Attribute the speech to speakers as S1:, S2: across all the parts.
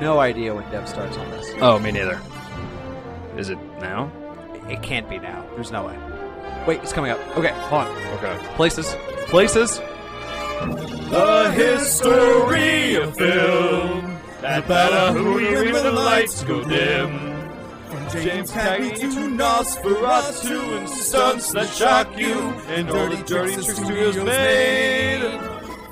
S1: no idea when dev starts on this.
S2: Oh, me neither. Is it now?
S1: It can't be now. There's no way. Wait, it's coming up. Okay, hold on.
S2: Okay.
S1: Places. Places.
S3: The history of film. That Badahui when the lights go dim. From James Cagney to Nosferatu and stunts that shock you and dirty, dirty tricks studios made.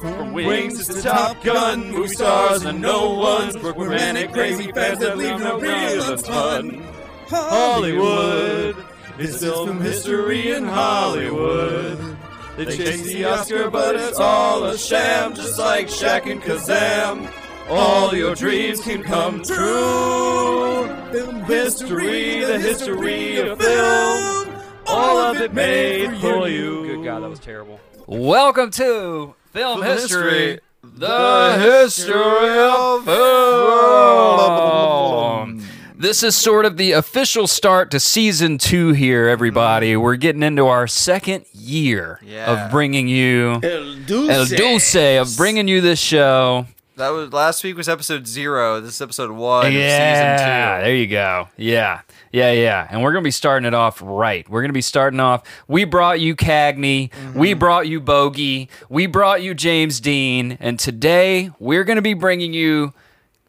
S3: From Wings to Top Gun, movie stars and no ones. We're manic, crazy fans that leave no real fun. Hollywood is still from history in Hollywood. They chase the Oscar, but it's all a sham, just like Shaq and Kazam. All your dreams can come true. Film history, the history of film. All of it made for you.
S1: Good God, that was terrible.
S2: Welcome to Film
S3: history,
S2: the
S3: history of film.
S2: This is sort of the official start to season two here,
S3: Mm-hmm.
S2: everybody. We're getting into our second year
S4: Yeah.
S2: of bringing you
S4: El Dulce.
S2: El Dulce, of bringing you this show.
S4: That was last week was episode zero. This is episode one
S2: yeah,
S4: of
S2: there you go. Yeah, yeah, yeah. And we're gonna be starting it off right. We're gonna be starting off. We brought you Cagney. We brought you Bogey. We brought you James Dean. And today we're gonna be bringing you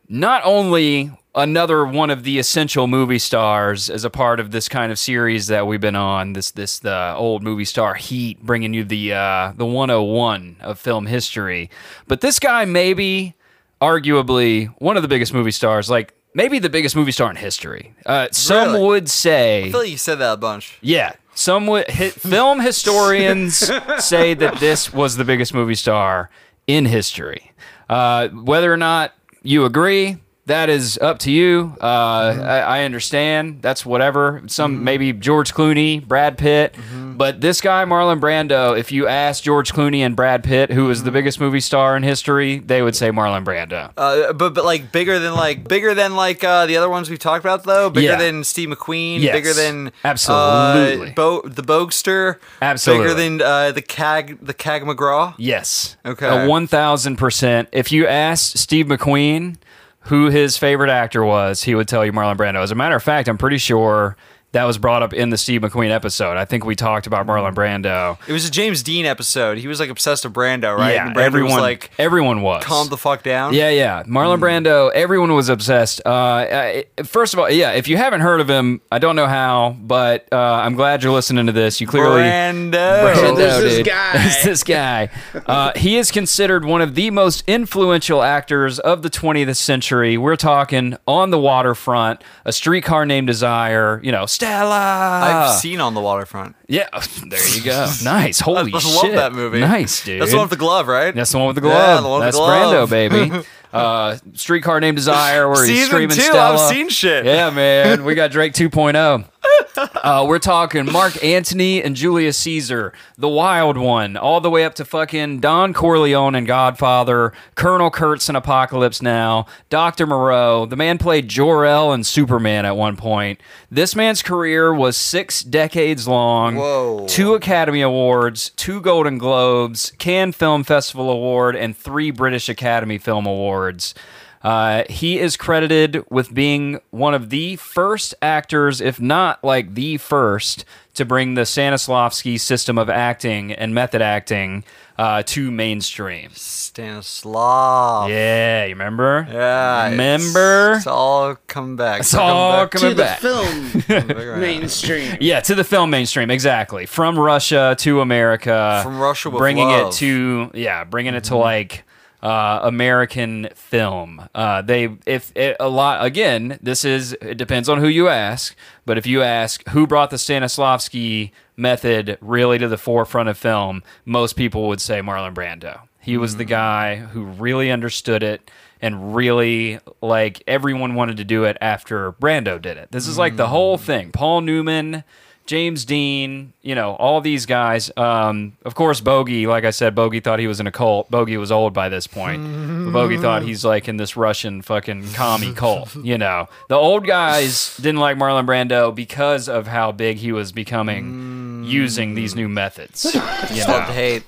S2: not only another one of the essential movie stars as a part of this kind of series that we've been on this this the old movie star heat bringing you the uh the 101 of film history but this guy maybe arguably one of the biggest movie stars like maybe the biggest movie star in history uh some
S4: Really?
S2: would say
S4: season two. I feel like you said that a bunch.
S2: yeah. Some would, hit, film historians say that this was the biggest movie star in history. Uh, whether or not you agree, that is up to you. Uh, I, I understand. That's whatever. Some maybe George Clooney, Brad Pitt, but this guy Marlon Brando. If you ask George Clooney and Brad Pitt who was the biggest movie star in history, they would say Marlon Brando.
S4: Uh, but but like bigger than like bigger than like uh, the other ones we've talked about though. Bigger
S2: Yeah.
S4: than Steve McQueen.
S2: Yes.
S4: Bigger than
S2: Absolutely.
S4: Uh, Bo- the Bogster.
S2: Absolutely.
S4: Bigger than uh, the Cag the Cag McGraw.
S2: Yes.
S4: Okay.
S2: A one thousand percent. If you asked Steve McQueen who his favorite actor was, he would tell you Marlon Brando. As a matter of fact, I'm pretty sure that was brought up in the Steve McQueen episode. I think we talked about Marlon Brando.
S4: It was a James Dean episode. He was like obsessed with Brando, right?
S2: Yeah,
S4: And Brando
S2: everyone.
S4: was like
S2: everyone was
S4: calm the Hmm. fuck down.
S2: Yeah, yeah. Marlon Brando, everyone was obsessed. Uh, I- first of all, yeah, if you haven't heard of him, I don't know how, but uh, I'm glad you're listening to this. You clearly.
S4: Brando.
S2: Brando,
S4: Brando. Brando.
S2: Oh, dude.
S5: this guy.
S2: There's this guy. Uh, he is considered one of the most influential actors of the 20th century. We're talking on the waterfront, a streetcar named Desire. You know, Stella.
S4: I've seen on the waterfront.
S2: yeah, there you go. nice. Holy
S4: I
S2: shit.
S4: love that movie.
S2: Nice, dude.
S4: That's the one with the glove, right?
S2: That's the one with the
S4: Yeah,
S2: glove.
S4: the one with
S2: That's
S4: the
S2: Brando,
S4: glove.
S2: baby. Uh, streetcar named Desire, where he's
S4: Season
S2: screaming
S4: two, I've
S2: Stella.
S4: seen shit.
S2: Yeah, man, we got Drake 2.0. Uh, we're talking Mark Antony and Julius Caesar, the Wild One, all the way up to fucking Don Corleone and Godfather, Colonel Kurtz in Apocalypse Now, Doctor Moreau. The man played Jor El and Superman at one point. This man's career was six decades long.
S4: Whoa.
S2: Two Academy Awards, two Golden Globes, Cannes Film Festival Award, and three British Academy Film Awards. Uh, he is credited with being one of the first actors, if not like the first, to bring the Stanislavski system of acting and method acting uh, to mainstream.
S4: Stanislav.
S2: Yeah, you remember?
S4: Yeah, it's-
S2: Remember?
S4: It's all come back.
S2: It's all
S4: come back.
S2: coming
S5: to the
S2: back.
S5: film
S4: Come back around.
S5: mainstream.
S2: Yeah, to the film mainstream, exactly. From Russia to America,
S4: From Russia with
S2: bringing
S4: love.
S2: it to yeah, bringing it to like uh, American film. Uh, they if it, a lot again, this is it depends on who you ask, but if you ask who brought the Stanislavski method really to the forefront of film, most people would say Marlon Brando. He was the guy who really understood it and really like everyone wanted to do it after Brando did it. This is like the whole thing. Paul Newman, James Dean, you know, all these guys. Um, of course, Bogey, like I said, Bogey thought he was in a cult. Bogey was old by this point. But Bogey thought he's like in this Russian fucking commie cult, you know. The old guys didn't like Marlon Brando because
S4: Mm.
S2: of how big he was becoming using these new methods.
S4: It's love to hate.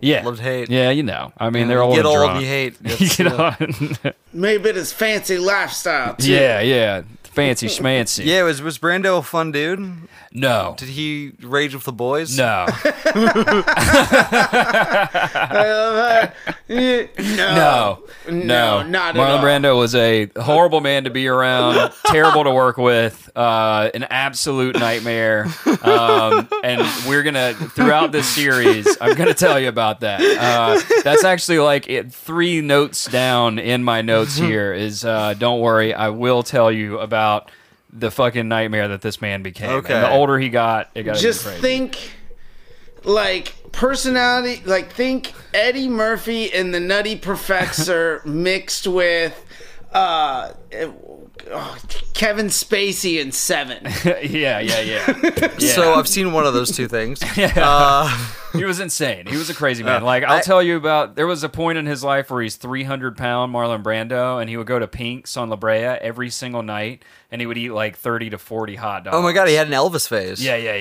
S2: Yeah.
S4: Love to hate.
S2: Yeah, you know. I mean, they're
S4: You
S2: all
S4: get old,
S2: drunk.
S4: you hate. That's- uh,
S2: you know?
S5: Maybe it's fancy lifestyle. Too.
S2: yeah, yeah. Fancy schmancy.
S4: Yeah, was was Brando a fun dude?
S2: No.
S4: Did he rage with the boys?
S2: No.
S5: Eh, no.
S2: No,
S5: No,
S2: no,
S5: not at
S2: Marlon
S5: all.
S2: Brando was a horrible man to be around, terrible to work with, uh, an absolute nightmare. Um, and we're gonna throughout this series, I'm gonna tell you about that. Uh, that's actually like it, three notes down in my notes
S5: Mm-hmm.
S2: here. Is uh, don't worry, I will tell you about the fucking nightmare that this man became.
S4: Okay.
S2: And the older he got, it got
S5: Just
S2: even crazier.
S5: think, like personality. Like think Eddie Murphy and the Nutty Professor mixed with. Uh, eh, oh, Kevin Spacey in Seven.
S2: yeah, yeah, yeah. yeah.
S4: So I've seen one of those two things.
S2: He was insane. He was a crazy man. Like I'll
S4: Uh, I-
S2: tell you about. There was a point in his life where he's three hundred pound Marlon Brando, and he would go to Pink's on La Brea every single night, and he would eat like thirty to forty hot dogs.
S4: Oh my god, he had an Elvis phase.
S2: Yeah, yeah,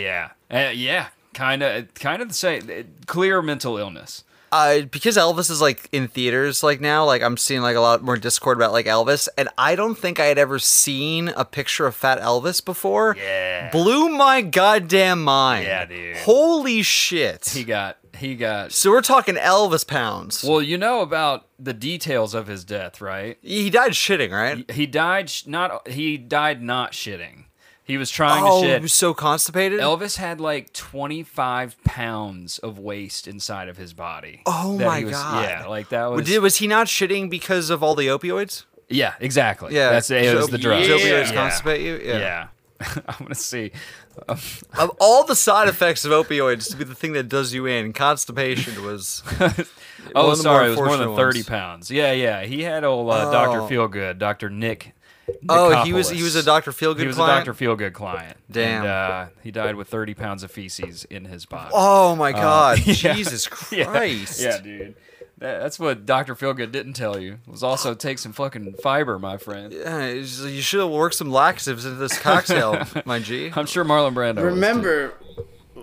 S2: yeah, uh, yeah. Kind of, kind of the same. uh, Clear mental illness.
S4: Uh, because Elvis is like in theaters like now, like I'm seeing like a lot more discord about like Elvis, and I don't think I had ever seen a picture of Fat Elvis before.
S2: Yeah.
S4: Blew my goddamn mind.
S2: Yeah, dude.
S4: Holy shit.
S2: He got, he got.
S4: so we're talking Elvis pounds.
S2: Well, you know about the details of his death, right?
S4: he died shitting, right?
S2: He died sh- not. He died not shitting. He was trying
S4: oh,
S2: to
S4: he
S2: shit.
S4: was so constipated.
S2: Elvis had like 25 pounds of waste inside of his body.
S4: Oh
S2: That
S4: my
S2: he was-
S4: God.
S2: Yeah, like that
S4: Well,
S2: was.
S4: did- was he not shitting because of all the opioids?
S2: yeah, exactly.
S4: Yeah,
S2: that's it.
S4: so-
S2: Was the drug.
S4: so
S2: yeah.
S4: opioids constipate you.
S2: Yeah.
S4: Yeah.
S2: I'm gonna see.
S4: Of all the side effects of opioids, to be the thing that does you in, constipation was.
S2: Oh,
S4: One of the more
S2: sorry, it was more than
S4: unfortunate
S2: 30
S4: ones.
S2: pounds. Yeah, yeah. He had old uh, Doctor Feelgood, Doctor Nick.
S4: Oh, he was
S2: Nicopoulos.
S4: he was a Doctor Feelgood
S2: He was
S4: client.
S2: a Doctor Feelgood client.
S4: Damn.
S2: And, uh, he died with 30 pounds of feces in his body.
S4: Oh my God,
S2: Uh, yeah.
S4: Jesus
S2: Yeah.
S4: Christ!
S2: Yeah, dude. That- that's what Dr. Feelgood didn't tell you. Was also take some fucking fiber, my friend.
S4: Yeah, it's- Uh, you should have worked some laxatives into this cocktail, my G.
S2: I'm sure Marlon Brando. was,
S5: Remember,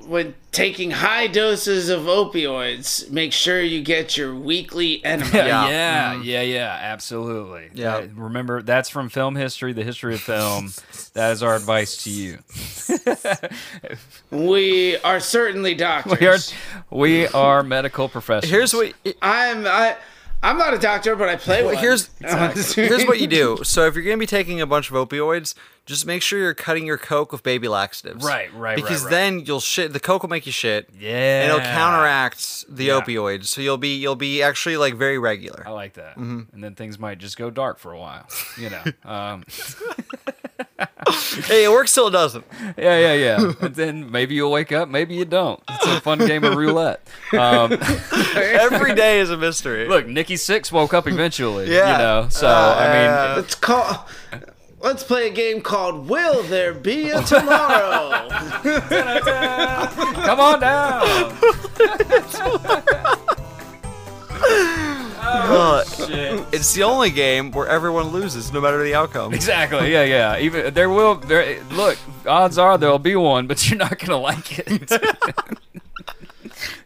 S5: when taking high doses of opioids, make sure you get your weekly enema.
S2: too. Yeah,
S4: Yeah.
S2: yeah, yeah, yeah, absolutely.
S4: Yeah.
S2: Uh, Remember, that's from film history, the history of film. that is our advice to you.
S5: We are certainly doctors.
S2: We are, we are medical professionals.
S4: Here's what
S5: I'm I, I'm not a doctor, but I play one.
S4: here's- here's what you do. So if you're gonna be taking a bunch of opioids, just make sure you're cutting your coke with baby laxatives.
S2: Right, right, right,
S4: Because
S2: right.
S4: then you'll shit. The coke will make you shit.
S2: Yeah.
S4: And it'll counteract the opioids, so you'll be you'll be actually like very regular.
S2: I like that. And then things might just go dark for a while. You know. Um,
S4: Hey, it works till it doesn't.
S2: Yeah, yeah, yeah. And then maybe you'll wake up, maybe you don't. It's a fun game of roulette. Um,
S4: Every day is a mystery.
S2: look, Nikki Six woke up eventually.
S4: Yeah.
S2: You know, so I mean,
S5: Let's call. Let's play a game called "Will There Be a Tomorrow."
S2: come on down.
S4: Uh, it's the only game where everyone loses, no matter the outcome.
S2: Exactly. Yeah, yeah. Even there will there. Look, odds are there'll be one, but you're not gonna like it.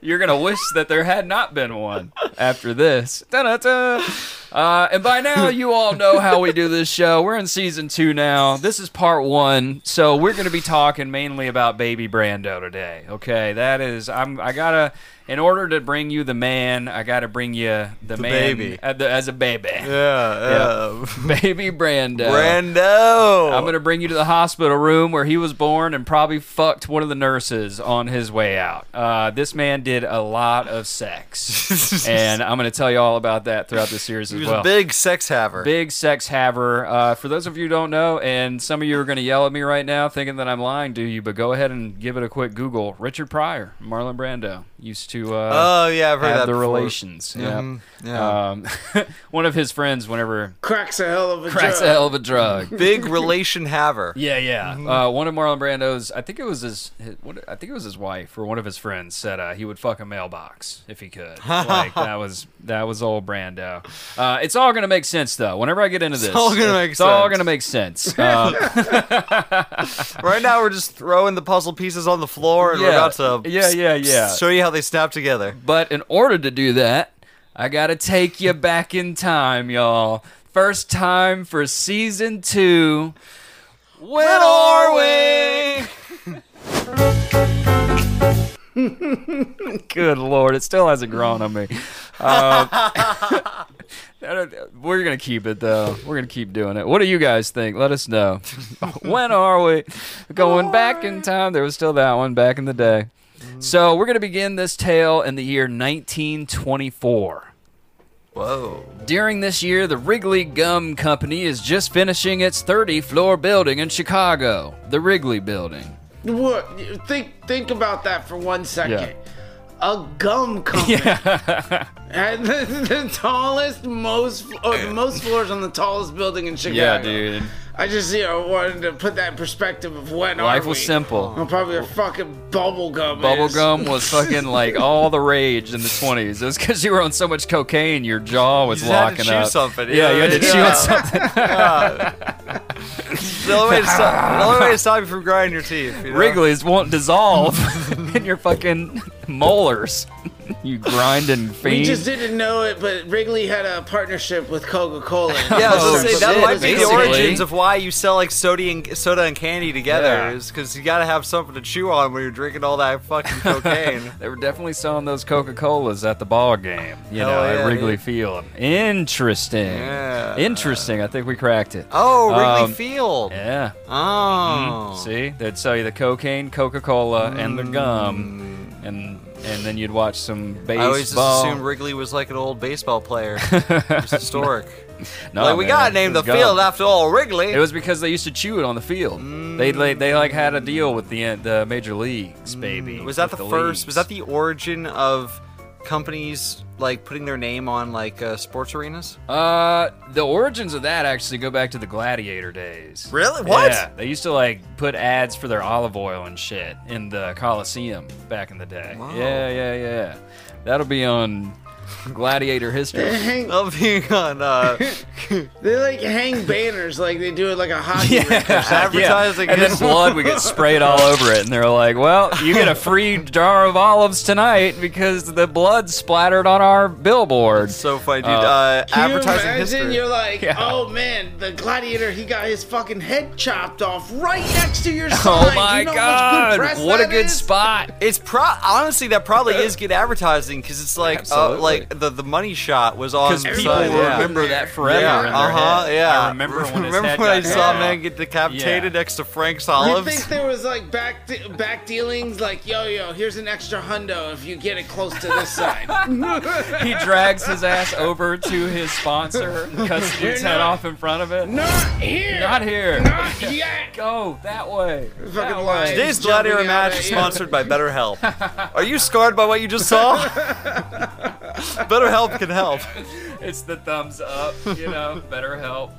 S2: You're gonna wish that there had not been one after this. Da-da-da. Uh, and by now, you all know how we do this show. We're in season two now. This is part one, so we're gonna be talking mainly about Baby Brando today. Okay, that is. I'm. I gotta. In order to bring you the man, I gotta bring you the, man
S4: baby.
S2: uh, the- as a baby.
S4: Yeah, yeah.
S2: Baby Brando.
S4: Brando.
S2: I'm gonna bring you to the hospital room where he was born and probably fucked one of the nurses on his way out. Uh, this man did a lot of sex, and I'm gonna tell you all about that throughout the series
S4: He
S2: as
S4: was
S2: well.
S4: a big sex haver.
S2: Big sex haver. Uh, for those of you who don't know, and some of you are gonna yell at me right now, thinking that I'm lying to you, but go ahead and give it a quick Google. Richard Pryor, Marlon Brando used to. Uh,
S4: oh yeah, I've heard
S2: have
S4: that.
S2: the
S4: before.
S2: relations. Yeah.
S4: Mhm, yeah.
S2: Um, one of his friends, whenever
S5: Cracks a hell of a
S2: cracks a
S5: joke.
S2: hell of a drug,
S4: Big relation haver.
S2: Yeah, yeah.
S4: Mm-hmm.
S2: Uh, one of Marlon Brando's, I think it was his, his what, I think it was his wife or one of his friends said uh, he would fuck a mailbox if he could. like that was that was old Brando. Uh, it's all gonna make sense though. Whenever I get into this,
S4: all gonna make
S2: it's all
S4: sense.
S2: gonna make sense. Um,
S4: Right now, we're just throwing the puzzle pieces on the floor, and we're
S2: Yeah.
S4: about to
S2: Yeah, yeah, yeah.
S4: show you how they snap job together.
S2: But in order to do that, I gotta take you back in time, y'all. First time for season two. When are we? Good lord, it still hasn't grown on me. Uh, we're gonna keep it though. We're gonna keep doing it. What do you guys think? Let us know. when are we going back in time? There was still that one back in the day. So we're going to begin this tale in the year 1924.
S4: Whoa.
S2: During this year, the Wrigley Gum Company is just finishing its 30 floor building in Chicago, the Wrigley Building.
S5: What? Think think about that for one second. A gum company. and the, the tallest, most or the most floors on the tallest building in Chicago. I just you know wanted to put that in perspective of when are
S2: Life
S5: we?
S2: was simple.
S5: Well, probably a fucking bubble gum. is.
S2: Bubblegum was fucking like all the rage in the 20s. It was because you were on so much cocaine, your jaw was
S4: You just had to
S2: locking
S4: chew
S2: up.
S4: something,
S2: Yeah, you had to
S4: yeah.
S2: chew on something.
S4: The only way to stop, the only way to stop you from grinding your teeth. You know?
S2: Wrigley's won't dissolve in your fucking molars. you grinding fiend.
S5: We just didn't know it, but Wrigley had a partnership with Coca Cola.
S4: Yeah, I was gonna
S2: Oh,
S4: say, that
S2: shit,
S4: might be the
S2: basically.
S4: origins of why you sell like soda and soda and candy together.
S2: Yeah.
S4: Is because you gotta have something to chew on when you're drinking all that fucking cocaine.
S2: They were definitely selling those Coca Colas at the ball game, you
S4: Hell
S2: know,
S4: yeah,
S2: at Wrigley
S4: dude.
S2: Field. Interesting.
S4: Yeah.
S2: Interesting. I think we cracked it.
S4: Oh, Wrigley
S2: Um,
S4: Field.
S2: Yeah.
S4: Oh,
S2: See, they'd sell you the cocaine, Coca Cola, and the gum, and and then you'd watch some baseball.
S4: Mm. I always just assumed Wrigley was like an old baseball player. It's historic.
S2: No,
S4: like we
S2: Oh, man,
S4: gotta
S2: it
S4: name the
S2: was gum.
S4: field after all Wrigley.
S2: It was because they used to chew it on the field. They like, they like had a deal with the the major leagues, baby.
S4: Mm, was that the,
S2: with
S4: first? Was that
S2: leagues.
S4: the origin of companies like putting their name on like uh, sports arenas?
S2: Uh, the origins of that actually go back to the gladiator days.
S4: Really? What?
S2: Yeah, they used to like put ads for their olive oil and shit in the Coliseum back in the day. Yeah, yeah, yeah. That'll be on gladiator
S5: They,
S2: history.
S5: hang,
S4: Of being on Oh, uh,
S5: they like hang banners like they do it like a hockey. rink.
S4: advertising
S2: and then
S4: is-
S2: blood would get sprayed all over it, and they're like, "Well, you get a free jar of olives tonight because the blood splattered on our billboard."
S4: so funny, dude. Uh,
S5: Can you
S4: advertising
S5: imagine?
S4: history.
S5: You're like,
S2: Yeah.
S5: oh man, the gladiator, he got his fucking head chopped off right next to your sign.
S2: Oh
S5: Do
S2: my
S5: you know how much
S2: god!
S5: good press
S2: What a
S5: that
S2: good
S5: is?
S2: spot!
S4: It's pro honestly that probably is good advertising because it's like uh,
S2: Absolutely.
S4: like the the money shot was on.
S2: Because
S4: the
S2: people
S4: side,
S2: will
S4: yeah.
S2: remember that forever.
S4: Yeah,
S2: in their
S4: uh-huh,
S2: head.
S4: yeah.
S2: I remember when his
S4: Remember
S2: head
S4: when
S2: got
S4: I saw a
S2: cut
S4: man
S2: off.
S4: get decapitated
S2: Yeah.
S4: next to Frank's
S5: You
S4: olives?
S5: think there was like back de- back dealings like yo yo here's an extra hundo if you get it close to this sign.
S2: He drags his ass over to his sponsor, cuts dude's head
S5: not-
S2: off in front of it.
S5: Not here.
S2: Not here.
S5: Not yet.
S2: Go that way. That
S5: Fucking
S2: way.
S5: lying.
S4: Today's
S5: Jumping
S4: Gladiator
S5: out
S4: match
S5: at
S4: is
S5: you.
S4: sponsored by BetterHelp. Are you scarred by what you just saw? BetterHelp can help.
S2: It's the thumbs up, you know. Better help.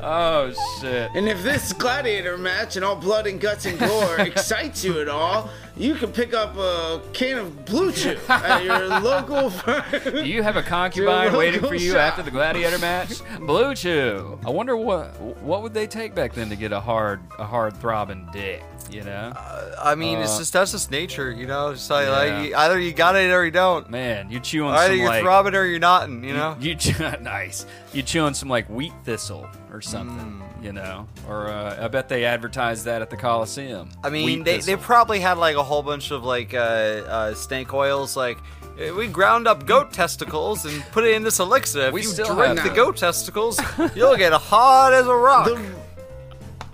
S2: oh shit.
S5: And if this gladiator match and all blood and guts and gore excites you at all, you can pick up a can of blue chew at your local.
S2: Do you have a concubine
S5: Dude,
S2: waiting
S5: go
S2: for you
S5: shop.
S2: after the gladiator match? Blue Chew. I wonder what what would they take back then to get a hard a hard throbbing dick, you know?
S4: I mean, it's just that's just nature, you know. It's like,
S2: Uh, Yeah.
S4: like, you- either you got it or you don't.
S2: Man, you chew on
S4: Either
S2: some
S4: you're
S2: like
S4: throbbing or you're not, you know.
S2: You chew, nice. You chew on some like wheat thistle or something,
S4: Mm.
S2: you know? Or uh, I bet they advertised that at the Coliseum.
S4: I mean,
S2: Wheat
S4: they, they
S2: thistle.
S4: probably had like a whole bunch of like uh, uh, snake oils. Like eh, we ground up goat testicles and put it in this elixir. If
S2: We
S4: you
S2: still have
S4: drink the
S2: that.
S4: goat testicles, you'll get hard as a rock.
S5: The-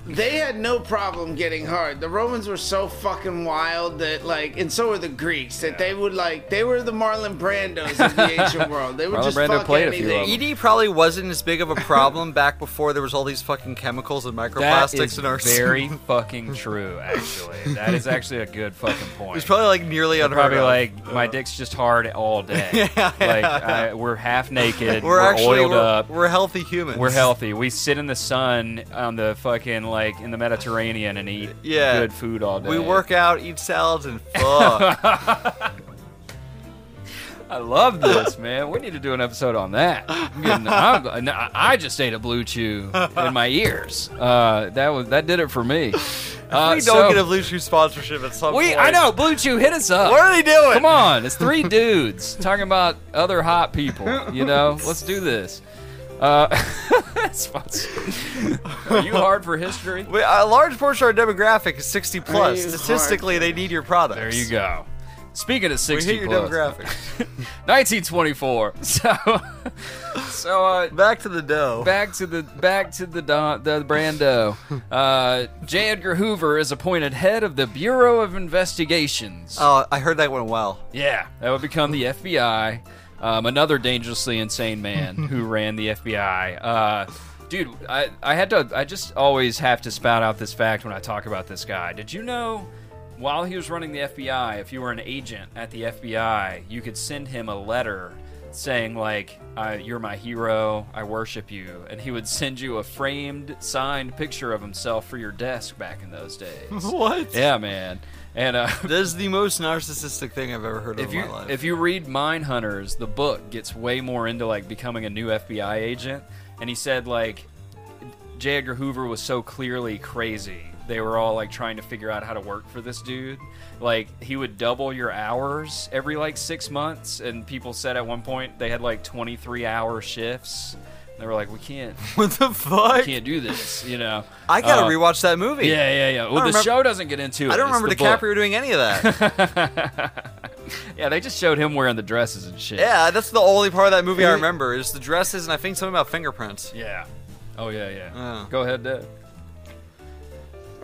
S5: they had no problem getting hard. The Romans were so fucking wild that like, and so were the Greeks that they would like. They were the Marlon Brandos of the ancient world. They would
S2: Marlon
S5: just
S2: Brando
S5: fuck
S2: played a few of
S5: anything.
S2: them.
S4: ED E probably wasn't as big of a problem back before there was all these fucking chemicals and
S2: That
S4: microplastics
S2: is
S4: in our
S2: very fucking true, actually. That is actually a good fucking point.
S4: It's probably like nearly unheard
S2: probably
S4: of.
S2: like my dick's just hard all day. like I, we're half naked,
S4: we're,
S2: we're,
S4: actually
S2: oiled
S4: we're,
S2: up,
S4: we're healthy humans.
S2: we're healthy. We sit in the sun on the fucking like in the Mediterranean and eat
S4: Yeah.
S2: good food all day.
S4: We work out, eat salads, and fuck.
S2: I love this, man. We need to do an episode on that. I'm getting- I'm- i I just ate a blue chew in my ears. Uh, that was that did it for me. Uh,
S4: we don't
S2: so-
S4: get a Blue Chew sponsorship at some
S2: we
S4: point.
S2: I know Blue Chew hit us up.
S4: What are they doing?
S2: Come on, it's three dudes talking about other hot people. You know, let's do this. Uh, sponsor- are you hard for history?
S4: We, a large portion of our demographic is 60 plus.
S5: Are you
S4: Statistically, they need your products.
S2: There you go. Speaking of
S4: We
S2: sixty
S4: hit your
S2: plus,
S4: demographic.
S2: 1924. So, so uh,
S4: Back to the dough.
S2: back to the back to the Don, the Brando. Uh, J. Edgar Hoover is appointed head of the Bureau of Investigations.
S4: Oh, I heard that went well.
S2: Yeah, that would become the FBI. Um, another dangerously insane man who ran the FBI. Uh, dude, I, I had to. I just always have to spout out this fact when I talk about this guy. Did you know? While he was running the FBI, if you were an agent at the FBI, you could send him a letter saying like, I, "You're my hero. I worship you," and he would send you a framed, signed picture of himself for your desk back in those days.
S4: What?
S2: yeah, man. And uh,
S4: That is the most narcissistic thing I've ever heard of
S2: if
S4: in
S2: you
S4: my life.
S2: if you read Mine Hunters, the book gets way more into like becoming a new FBI agent, and he said like J. Edgar Hoover was so clearly crazy. They were all like trying to figure out how to work for this dude. Like he would double your hours every like six months, and people said at one point they had like twenty three hour shifts. They were like, we can't,
S4: what the fuck?
S2: can't do this, you know.
S4: I gotta
S2: Uh,
S4: rewatch that movie.
S2: Yeah, yeah, yeah. Well, the
S4: don't remem-
S2: show doesn't get into it.
S4: I don't
S2: It's
S4: remember
S2: the book.
S4: DiCaprio doing any of that.
S2: Yeah, they just showed him wearing the dresses and shit.
S4: yeah, that's the only part of that movie I remember is the dresses and I think something about fingerprints.
S2: Yeah. Oh yeah, yeah.
S4: Yeah.
S2: Go ahead, Dad.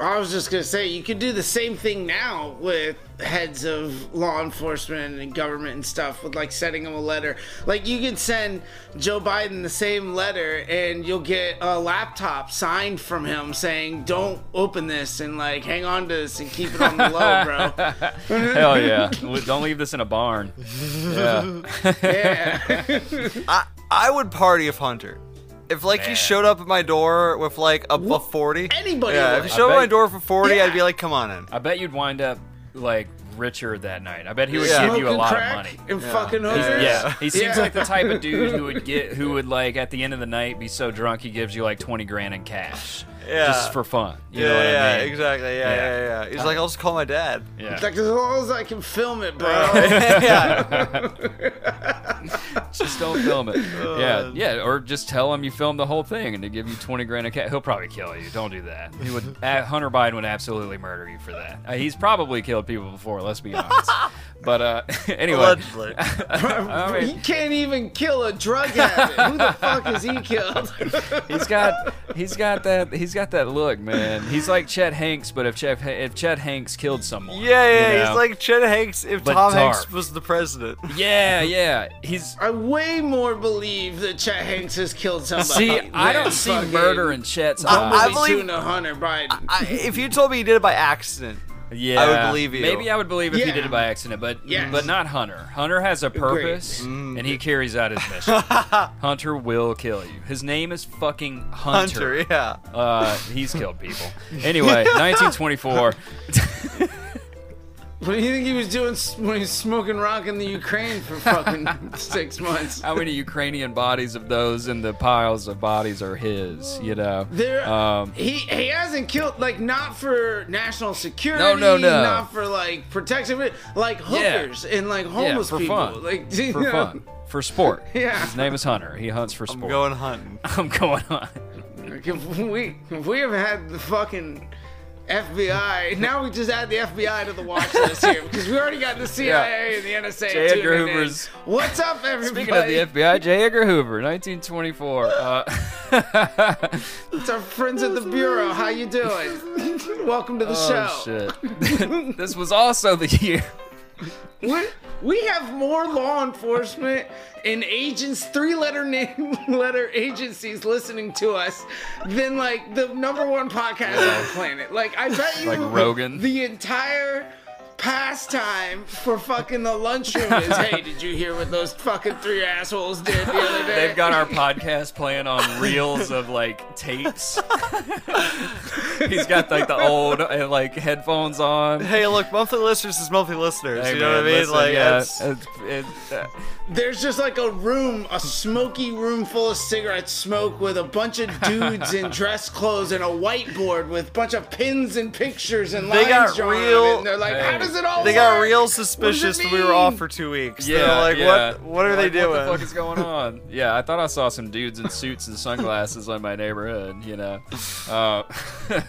S5: I was just gonna say you could do the same thing now with heads of law enforcement and government and stuff with like sending them a letter. Like you could send Joe Biden the same letter and you'll get a laptop signed from him saying, "Don't open this and like hang on to this and keep it on the low, bro."
S2: Hell yeah. Don't leave this in a barn. Yeah.
S5: Yeah.
S4: I I would party if Hunter. If like you
S2: Man.
S4: showed up at my door with like a buff forty.
S5: Anybody
S4: Yeah,
S5: would.
S4: if you showed
S2: I
S4: up at my
S2: bet-
S4: door for forty,
S5: Yeah.
S4: I'd be like, come on in.
S2: I bet you'd wind up like richer that night. I bet he would
S4: Yeah.
S2: give you a
S5: Smoking
S2: lot
S5: crack
S2: of money.
S5: and fucking hookers.
S2: Yeah. He seems
S5: Yeah.
S2: like the type of dude who would get who would like at the end of the night be so drunk he gives you like 20 grand in cash.
S4: Yeah.
S2: Just for fun. You
S4: yeah,
S2: know what
S4: yeah,
S2: I mean?
S4: exactly. Yeah,
S2: Yeah.
S4: yeah, yeah.
S5: Uh,
S4: He's like, I'll just call my dad.
S5: It's
S2: Yeah.
S5: like as long as I can film it, bro.
S4: yeah.
S2: just don't film it.
S4: Uh,
S2: Yeah, yeah, or just tell him you filmed the whole thing and they give you twenty grand a cat. He'll probably kill you. Don't do that. He would. uh, Hunter Biden would absolutely murder you for that. Uh, he's probably killed people before. Let's be honest. But uh, anyway,
S4: Allegedly.
S2: I
S5: He
S2: mean,
S5: can't even kill a drug addict. Who the fuck has he killed?
S2: he's got he's got that he's got that look, man. He's like Chet Hanks, but if Chet if Chet Hanks killed someone,
S4: Yeah, yeah.
S2: you know?
S4: He's like Chet Hanks if
S2: But
S4: Tom Hanks
S2: dark.
S4: was the president.
S2: yeah, yeah. He's
S5: I way more believe that Chet Hanks has killed somebody.
S2: see, I
S5: than
S2: don't see
S5: fucking
S2: murder in Chet's
S4: I
S2: eyes.
S5: Hillary
S4: believe-
S5: Suna Hunter Biden.
S4: I, if you told me you did it by accident,
S2: Yeah,
S4: I would believe you.
S2: Maybe I would believe if he
S5: Yeah.
S2: did it by accident, but
S5: Yes.
S2: but not Hunter. Hunter has a purpose,
S4: Mm.
S2: and he carries out his mission. Hunter will kill you. His name is fucking Hunter.
S4: Hunter, yeah.
S2: Uh, he's killed people. Anyway, 1924.
S5: what do you think he was doing s- when he was smoking rock in the Ukraine for fucking six months?
S2: How many Ukrainian bodies of those in the piles of bodies are his? You know.
S5: There,
S2: Um,
S5: he he hasn't killed like not for national security,
S2: No, no, no.
S5: not for like protection, like hookers and like homeless
S2: for
S5: people,
S2: fun.
S5: like you
S2: for
S5: know?
S2: fun, for sport.
S5: Yeah.
S2: His name is Hunter. He hunts for sport.
S4: I'm going hunting.
S2: I'm going on.
S5: Like, if we if we have had the fucking FBI, now we just add the FBI to the watch list here because we already got the CIA and the NSA.
S2: J. Edgar
S5: tuning in.
S2: Hoover's-
S5: What's up, everybody?
S2: Speaking of the FBI, J. Edgar Hoover, 1924. Uh,
S5: it's our friends at the bureau. How you doing? Welcome to the
S2: Oh,
S5: show.
S2: shit. this was also the year.
S5: We, we have more law enforcement and agents, three letter name letter agencies listening to us than like the number one podcast on the planet. Like I bet you
S2: Like Rogan.
S5: the entire pastime for fucking the lunchroom is, hey, did you hear what those fucking three assholes did the other day?
S2: They've got our podcast playing on reels of like tapes. He's got like the old uh, like headphones on.
S4: Hey, look, monthly listeners is monthly listeners.
S2: Hey,
S4: you know
S2: man,
S4: what I mean?
S2: listen,
S4: like,
S2: yeah,
S4: it's-
S2: it's- it's, uh,
S5: There's just like a room, a smoky room full of cigarette smoke with a bunch of dudes in dress clothes and a whiteboard with a bunch of pins and pictures and lines
S4: got
S5: drawn on
S4: real-
S5: it. And they're like,
S2: Hey.
S5: how does it all
S4: they got
S5: work?
S4: real
S5: What does it
S4: suspicious that we were
S5: mean?"
S4: off for two weeks. They were
S2: yeah,
S4: like,
S2: yeah.
S4: what? What are
S2: Like,
S4: they doing?
S2: What the fuck is going on? yeah, I thought I saw some dudes in suits and sunglasses on my neighborhood. You know, uh,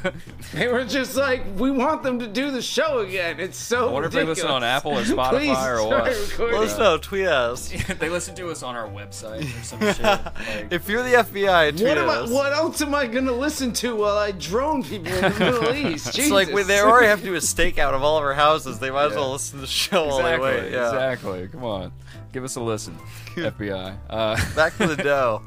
S5: They were just like, we want them to do the show again. It's so
S2: I wonder if they listen on
S5: ridiculous."
S2: Apple or
S5: Please
S2: Spotify or
S5: start
S2: what.
S5: recording.
S4: Let us know. Tweet us.
S2: they listen to us on our website or some shit. Like,
S4: If you're the FBI, tweet
S5: What, am I,
S4: us.
S5: what else am I going to listen to while I drone people in the Middle East? Jesus.
S4: It's like we, they already have to do a stakeout of all of our houses. They might as
S2: Yeah.
S4: well listen to the show while they
S2: exactly,
S4: wait. Yeah.
S2: exactly. Come on, give us a listen, FBI. Uh,
S4: Back to the dough.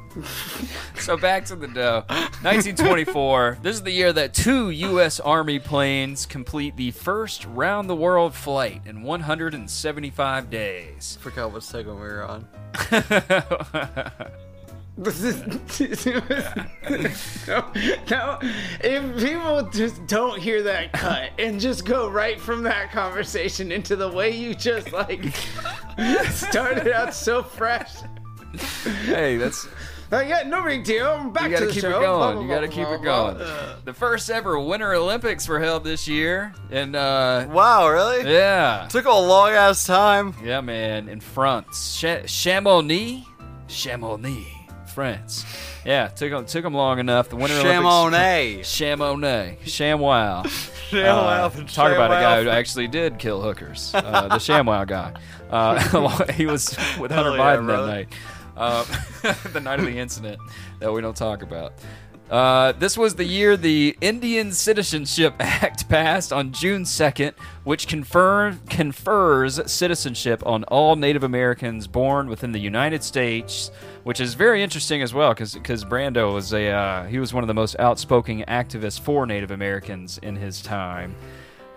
S2: So back to the dough. 1924. this is the year that two U.S. Army planes complete the first round the world flight in 175 days.
S4: Forgot what segment we were on.
S5: no, no, if people just don't hear that cut and just go right from that conversation into the way you just like started out so fresh.
S2: Hey, that's
S5: Like, yeah, no big deal. I'm back
S2: you gotta
S5: to the
S2: keep it
S5: show. Blah,
S2: going.
S5: blah,
S2: You gotta
S5: blah,
S2: keep
S5: blah,
S2: it
S5: blah.
S2: going. The first ever Winter Olympics were held this year, and uh,
S4: Wow, really?
S2: yeah, Uh,
S4: Took a long ass time.
S2: yeah, man, in France, Cha- Chamonix, Chamonix, France. Yeah, took them took 'em long enough. The Winter Olympics.
S4: Chamonix.
S2: Chamonix, ShamWow.
S4: Shamwow.
S2: Uh, talk about a guy who actually did kill hookers. Uh, the ShamWow guy. Uh, he was with Hunter
S4: Hell yeah,
S2: Biden
S4: brother.
S2: that night. Uh, the night of the incident that we don't talk about. Uh, this was the year the Indian Citizenship Act passed on June 2nd, which confer- confers citizenship on all Native Americans born within the United States, which is very interesting as well because Brando was a uh, he was one of the most outspoken activists for Native Americans in his time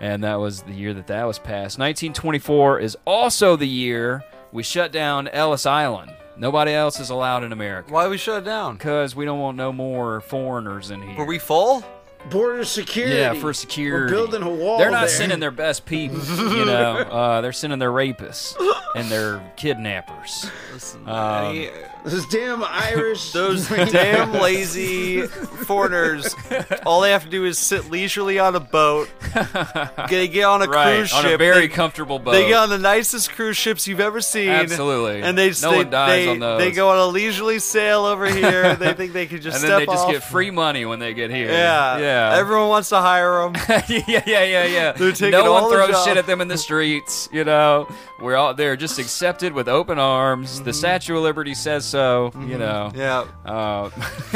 S2: and that was the year that that was passed. 1924 is also the year we shut down Ellis Island. Nobody else is allowed in America
S4: Why we shut it down?
S2: because we don't want no more foreigners in here.
S4: Were we full?
S5: Border security.
S2: yeah, for security.
S5: We're building a wall.
S2: They're not
S5: there.
S2: sending their best people, you know. Uh, they're sending their rapists and their kidnappers.
S4: Listen,
S2: Um,
S5: Those damn Irish.
S4: Those damn lazy foreigners. All they have to do is sit leisurely on a boat. They get on a
S2: Right,
S4: cruise
S2: on
S4: ship.
S2: a very
S4: they,
S2: comfortable boat.
S4: they get on the nicest cruise ships you've ever seen.
S2: Absolutely.
S4: And they
S2: No
S4: they,
S2: one dies
S4: they,
S2: on those.
S4: they go on a leisurely sail over here. they think they could just
S2: and
S4: step
S2: then they just
S4: off.
S2: get free money when they get here.
S4: yeah,
S2: yeah.
S4: Everyone wants to hire them.
S2: yeah, yeah, yeah, yeah.
S4: They're taking
S2: no one
S4: all the
S2: throws
S4: job.
S2: shit at them in the streets. You know, we're all they're just accepted with open arms. The Statue of Liberty says so. You know.
S4: Mm-hmm. yeah,
S2: Uh,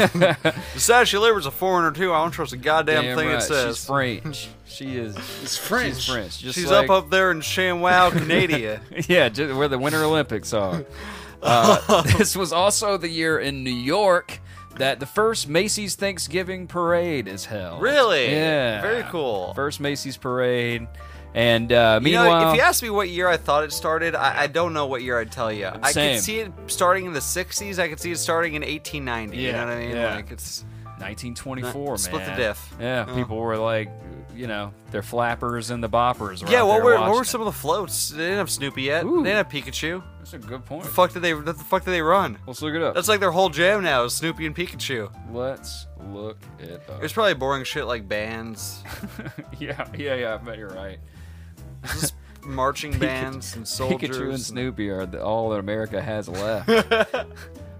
S4: the Statue of Liberty's a foreigner too. I don't trust a goddamn
S2: damn
S4: thing
S2: right.
S4: it says.
S2: She's French. She is.
S5: It's French.
S2: She's French. Just
S4: She's
S2: like,
S4: up up there in ShamWow, Canada.
S2: Yeah, ju- where the Winter Olympics are. Uh, this was also the year in New York that the first Macy's Thanksgiving Parade is held.
S4: Really?
S2: Yeah.
S4: Very cool.
S2: First Macy's Parade. And uh,
S4: You know,
S2: meanwhile,
S4: if you asked me what year I thought it started, I, I don't know what year I'd tell you. I
S2: Same.
S4: could see it starting in the 60s. I could see it starting in 1890. You
S2: Yeah,
S4: know what I mean?
S2: yeah.
S4: Like it's
S2: 1924, man.
S4: Split the diff. Oh.
S2: Yeah, people were like, you know, they're flappers and the boppers. Were
S4: yeah.
S2: out
S4: What
S2: there
S4: were
S2: watching
S4: what were
S2: it.
S4: some of the floats? They didn't have Snoopy yet.
S2: Ooh.
S4: They didn't have Pikachu.
S2: That's a good point.
S4: The fuck did they? What the fuck did they run?
S2: Let's look it up.
S4: That's like their whole jam now is Snoopy and Pikachu.
S2: Let's look it up.
S4: There's probably boring shit like bands,
S2: yeah, yeah, yeah. I bet you're right.
S4: just marching bands and soldiers.
S2: Pikachu and Snoopy are the, all that America has left.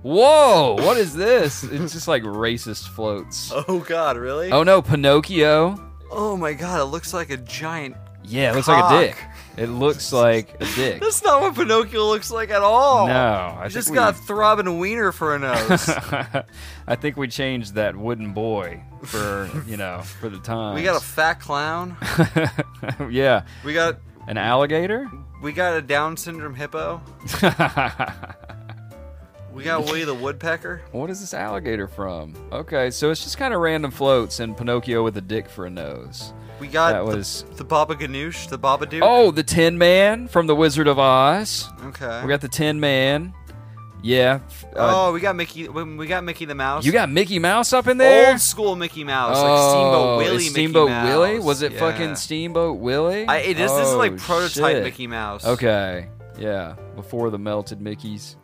S2: Whoa! What is this? It's just like racist floats.
S4: Oh god, really?
S2: Oh no, Pinocchio.
S4: Oh my god, it looks like a giant.
S2: Yeah, it looks
S4: Cock.
S2: like a dick. It looks like a dick.
S4: That's not what Pinocchio looks like at all.
S2: No, I
S4: I
S2: think
S4: just
S2: we-
S4: got throbbing wiener for a nose.
S2: I think we changed that wooden boy for you know for the time.
S4: we got a fat clown.
S2: yeah,
S4: We got
S2: an alligator.
S4: we got a Down syndrome hippo. We got Willie the woodpecker.
S2: what is this alligator from? Okay, so it's just kind of random floats and Pinocchio with a dick for a nose.
S4: We got
S2: That
S4: Uh, the-
S2: was-
S4: the, Baba Ganoush, the Baba Duke.
S2: Oh, the Tin Man from The Wizard of Oz.
S4: okay.
S2: We got the Tin Man. Yeah. f- Uh,
S4: oh, we got Mickey. when We got Mickey the Mouse.
S2: you got Mickey Mouse up in there?
S4: Oh, old school Mickey Mouse,
S2: Oh,
S4: like Steamboat
S2: is
S4: Willie.
S2: Steamboat
S4: Mickey Mouse.
S2: Willie? Was it
S4: Yeah.
S2: fucking Steamboat Willie?
S4: I, it is. this is
S2: Oh,
S4: like prototype
S2: shit.
S4: Mickey Mouse.
S2: Okay. Yeah. Before the melted Mickeys.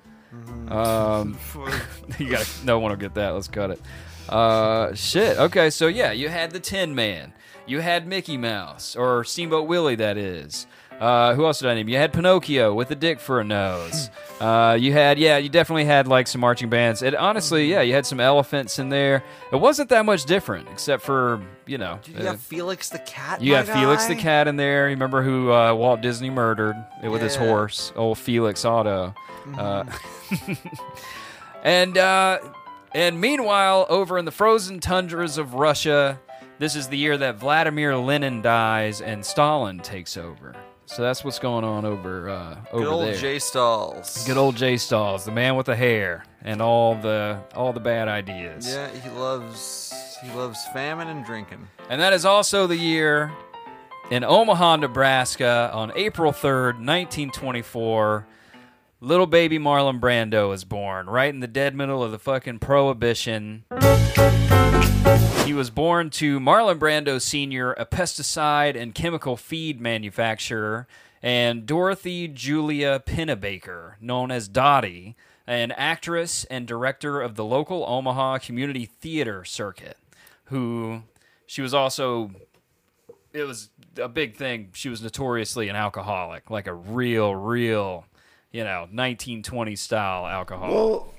S2: Um, you gotta, no one will get that. Let's cut it. Uh, shit. Okay. So yeah, you had the Tin Man. You had Mickey Mouse or Steamboat Willie. That is. Uh, who else did I name? You had Pinocchio with a dick for a nose. Uh, you had, yeah, you definitely had like some marching bands. And honestly, yeah, you had some elephants in there. It wasn't that much different, except for you know,
S4: Dude, you
S2: uh,
S4: got Felix the cat.
S2: you
S4: my
S2: got Felix the
S4: guy?
S2: cat in there. You remember who uh, Walt Disney murdered with his
S4: Yeah. Mm-hmm.
S2: horse, old Felix Otto. Uh, and uh, and meanwhile, over in the frozen tundras of Russia, this is the year that Vladimir Lenin dies and Stalin takes over. So that's what's going on over uh, over
S4: Good old
S2: there.
S4: Jay Stalls.
S2: Good old Jay Stalls, the man with the hair and all the all the bad ideas.
S4: Yeah, he loves he loves famine and drinking.
S2: And that is also the year in Omaha, Nebraska, on April 3rd, 1924. Little baby Marlon Brando is born, right in the dead middle of the fucking prohibition. He was born to Marlon Brando Sr., a pesticide and chemical feed manufacturer, and Dorothy Julia Pennebaker, known as Dottie, an actress and director of the local Omaha community theater circuit, who she was also it was a big thing. She was notoriously an alcoholic, like a real, real, you know, 1920 style alcoholic.
S5: Well,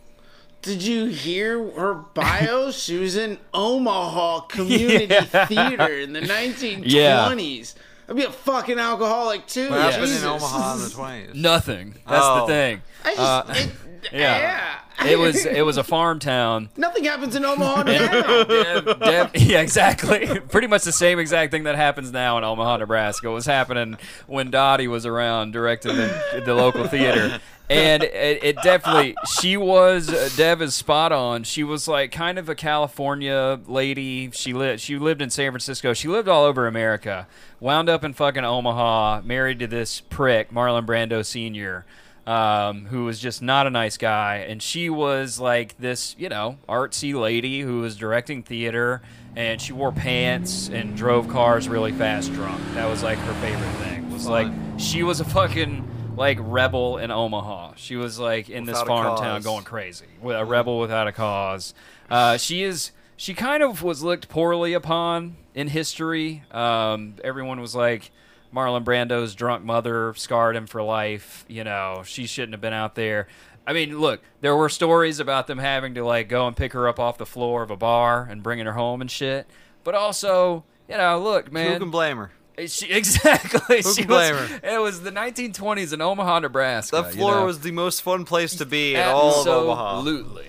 S5: did you hear her bio? she was in Omaha Community Theater in the 1920s. I'd be a fucking alcoholic too.
S4: What happened
S5: Jesus.
S4: in Omaha in the twenties?
S2: Nothing. That's
S4: Oh.
S2: the thing.
S5: I just, it,
S2: Uh, yeah.
S5: yeah.
S2: It was it was a farm town.
S5: Nothing happens in Omaha now.
S2: Dev- Dev- yeah, exactly. Pretty much the same exact thing that happens now in Omaha, Nebraska was happening when Dottie was around directing the, the local theater. And it, it definitely, she was, uh, Dev is spot on. She was like kind of a California lady. She lived, she lived in San Francisco. She lived all over America. Wound up in fucking Omaha, married to this prick, Marlon Brando Sr., um, who was just not a nice guy. And she was like this, you know, artsy lady who was directing theater and she wore pants and drove cars really fast drunk. That was like her favorite thing. Was like she was a fucking like rebel in Omaha. She was like in this
S4: Without a
S2: farm
S4: cause.
S2: town going crazy. With a rebel without a cause. Uh, she is. She kind of was looked poorly upon in history. Um, everyone was like, Marlon Brando's drunk mother scarred him for life. You know, she shouldn't have been out there. I mean, look, there were stories about them having to like go and pick her up off the floor of a bar and bringing her home and shit. But also, you know, look, man,
S4: Who can blame her?
S2: she, exactly.
S4: Who
S2: she
S4: can blame
S2: was, It was the 1920s in Omaha, Nebraska.
S4: That
S2: you
S4: floor
S2: know?
S4: was the most fun place to be in all of Omaha.
S2: Absolutely.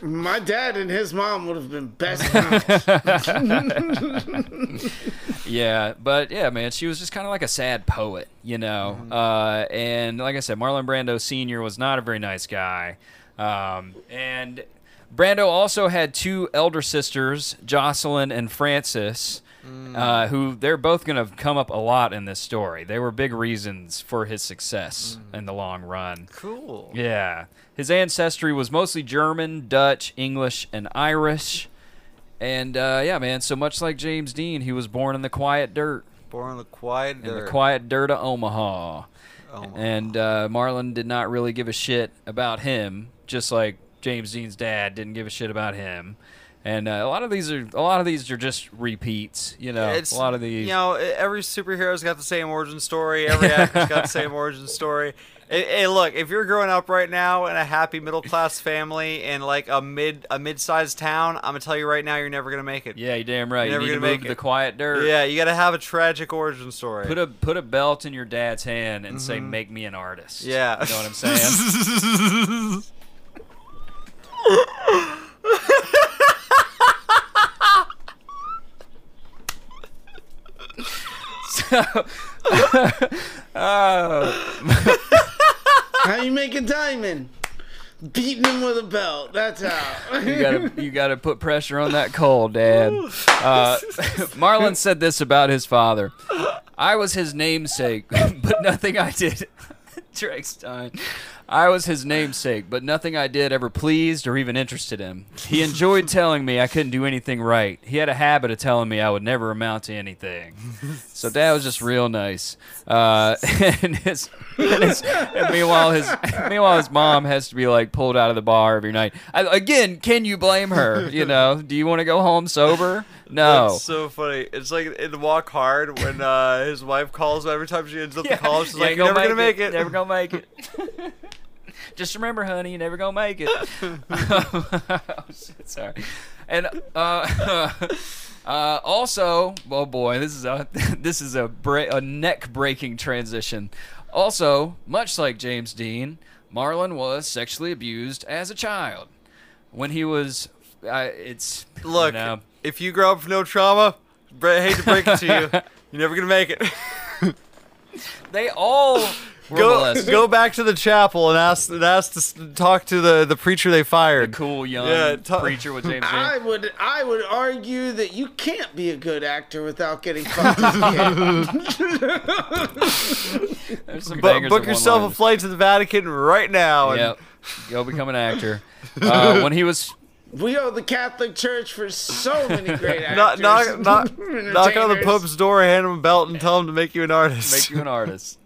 S5: My dad and his mom would have been best friends.
S2: Yeah, but yeah, man, she was just kind of like a sad poet, you know. Uh, and like I said, Marlon Brando Sr. was not a very nice guy. Um, and Brando also had two elder sisters, Jocelyn and Frances, uh, who they're both going to come up a lot in this story. They were big reasons for his success in the long run.
S4: Cool.
S2: Yeah. His ancestry was mostly German, Dutch, English, and Irish. And uh, yeah, man, so much like James Dean, he was born in the quiet dirt,
S4: Born in the quiet
S2: in the
S4: dirt.
S2: quiet dirt of Omaha.
S4: Omaha.
S2: And uh, Marlon did not really give a shit about him, just like James Dean's dad didn't give a shit about him. And uh, a lot of these are a lot of these are just repeats, you know.
S4: It's
S2: Oh, a lot of these,
S4: You know, e, every superhero's got the same origin story. Every actor's got the same origin story. Hey, hey, look, if you're growing up right now in a happy middle class family in like a mid a mid sized town, I'm gonna tell you right now, you're never gonna make it.
S2: yeah, you damn right. You need
S4: You're never
S2: to
S4: gonna
S2: move
S4: make
S2: to the
S4: it.
S2: quiet dirt.
S4: Yeah, you gotta have a tragic origin story.
S2: Put a put a belt in your dad's hand and say, "Make me an artist."
S4: Yeah.
S2: you know what I'm saying.
S5: How you make a diamond? beating him with a belt. That's how.
S2: You gotta, you gotta put pressure on that coal, Dad. Uh, Marlon said this about his father: "I was his namesake, but nothing I did." Drake Stein. I was his namesake, but nothing I did ever pleased or even interested him. He enjoyed telling me I couldn't do anything right. He had a habit of telling me I would never amount to anything. So Dad was just real nice. Uh, and, his, and his- and meanwhile, his meanwhile his mom has to be like pulled out of the bar every night. I, again, can you blame her? You know, do you want to go home sober? No.
S4: That's so funny. It's like in Walk Hard when uh, his wife calls every time she ends up the call, she's
S2: You
S4: like,
S2: ain't
S4: "You're never gonna make it."
S2: Never gonna make it. Just remember, honey, you never gonna make it. oh, shit, sorry. And uh, uh, also, oh boy, this is a this is a bra- a neck breaking transition. Also, much like James Dean, Marlon was sexually abused as a child when he was. Uh, it's
S4: Look,
S2: no.
S4: if you grow up with no trauma, bre- I hate to break it to you, you're never gonna make it.
S2: they all were
S4: go
S2: molested.
S4: go back to the chapel and ask and ask to s- talk to the the preacher they fired.
S2: cool young
S4: Yeah, t-
S2: preacher with James Dean.
S5: I would I would argue that you can't be a good actor without getting fucked as a kid.
S2: There's some
S4: Bu-
S2: bangers
S4: book
S2: and
S4: yourself a
S2: one-liners.
S4: flight to the Vatican right now. And
S2: Yep. Go become an actor. Uh, when he was
S5: We owe the Catholic Church for so many great actors.
S4: Knock, knock, knock, knock on the
S5: entertainers.
S4: Pope's door, hand him a belt, and tell him to make you an
S2: make
S4: artist.
S2: you an artist.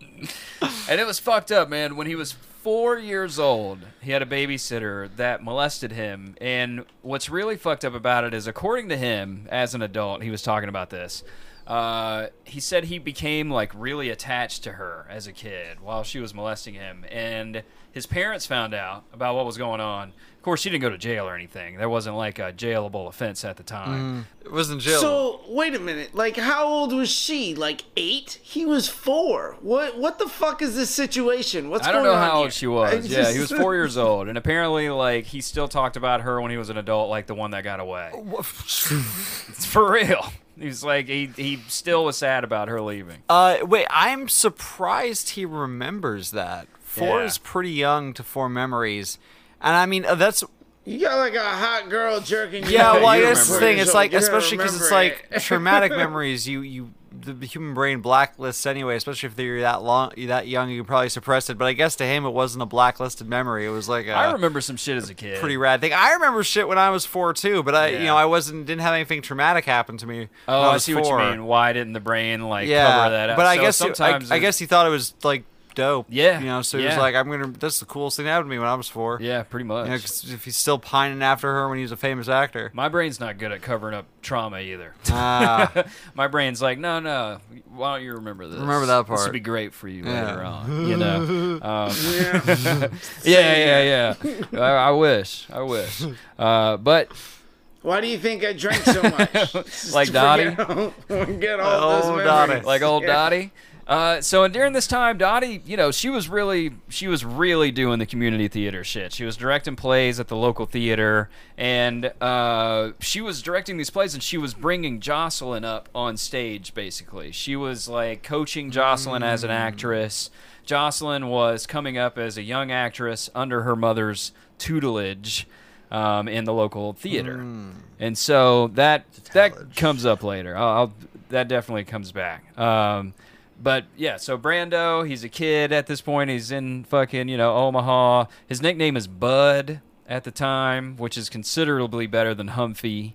S2: and it was fucked up, man. When he was four years old, he had a babysitter that molested him. And what's really fucked up about it is, according to him, as an adult, he was talking about this. Uh, he said he became like really attached to her as a kid while she was molesting him, and his parents found out about what was going on. Of course, she didn't go to jail or anything. There wasn't like a jailable offense at the time.
S4: it was in jail.
S5: So wait a minute. Like, how old was she? Like eight? He was four. What? What the fuck is this situation? What's
S2: I don't
S5: going
S2: know
S5: on
S2: how
S5: here?
S2: old she was.
S5: I
S2: yeah, he was
S5: just-
S2: four years old, and apparently, like, he still talked about her when he was an adult, like the one that got away.
S4: Oh.
S2: it's for real. He's like, he he still was sad about her leaving.
S4: Uh, wait, I'm surprised he remembers that. Four
S2: Yeah.
S4: is pretty young to form memories, and I mean uh, that's
S5: You got like a hot girl jerking. you
S4: yeah.
S5: off.
S4: well, I
S5: You
S4: guess the
S5: remember
S4: thing.
S5: it,
S4: It's
S5: so
S4: like
S5: you're gonna
S4: especially because it's
S5: remember
S4: like
S5: it.
S4: traumatic memories. You you the human brain blacklists anyway. Especially if they're that long, you're that young, you can probably suppress it. But I guess to him, it wasn't a blacklisted memory. It was like a
S2: I remember some shit as a kid.
S4: pretty rad thing. I remember shit when I was four too, but I you
S2: Yeah.
S4: know I wasn't didn't have anything traumatic happen to me.
S2: Oh,
S4: when I,
S2: I,
S4: was
S2: see
S4: four.
S2: what you mean. Why didn't the brain like
S4: Yeah,
S2: cover that up?
S4: but I
S2: So
S4: guess you- I,
S2: sometimes
S4: I
S2: it-
S4: guess he thought it was like dope.
S2: Yeah,
S4: you know, so he was
S2: yeah.
S4: like, I'm gonna. That's the coolest thing that happened to me when I was four.
S2: yeah, pretty much.
S4: You know, 'cause if he's still pining after her when he was a famous actor.
S2: My brain's not good at covering up trauma either.
S4: Ah,
S2: My brain's like, no, no. Why don't you remember this?
S4: Remember that
S2: This
S4: part."
S2: would be great for you
S4: Yeah.
S2: later on. You know. Um,
S5: Yeah.
S2: yeah, yeah, yeah. I, I wish, I wish. Uh, but
S5: Why do you think I drank so much?
S2: Like
S5: To
S2: Dottie?
S5: Forget all, forget all
S4: Oh,
S5: those memories.
S4: Dottie.
S2: like old
S5: Yeah.
S2: Dottie. Uh, so and during this time, Dottie, you know, she was really, she was really doing the community theater shit. She was directing plays at the local theater, and uh, she was directing these plays, and she was bringing Jocelyn up on stage. Basically, she was like coaching Jocelyn as an actress. Jocelyn was coming up as a young actress under her mother's tutelage um, in the local theater, and so that that comes up later. I'll, I'll that definitely comes back. Um, but yeah, so Brando, he's a kid at this point. He's in fucking you know Omaha. His nickname is Bud at the time, which is considerably better than Humphy.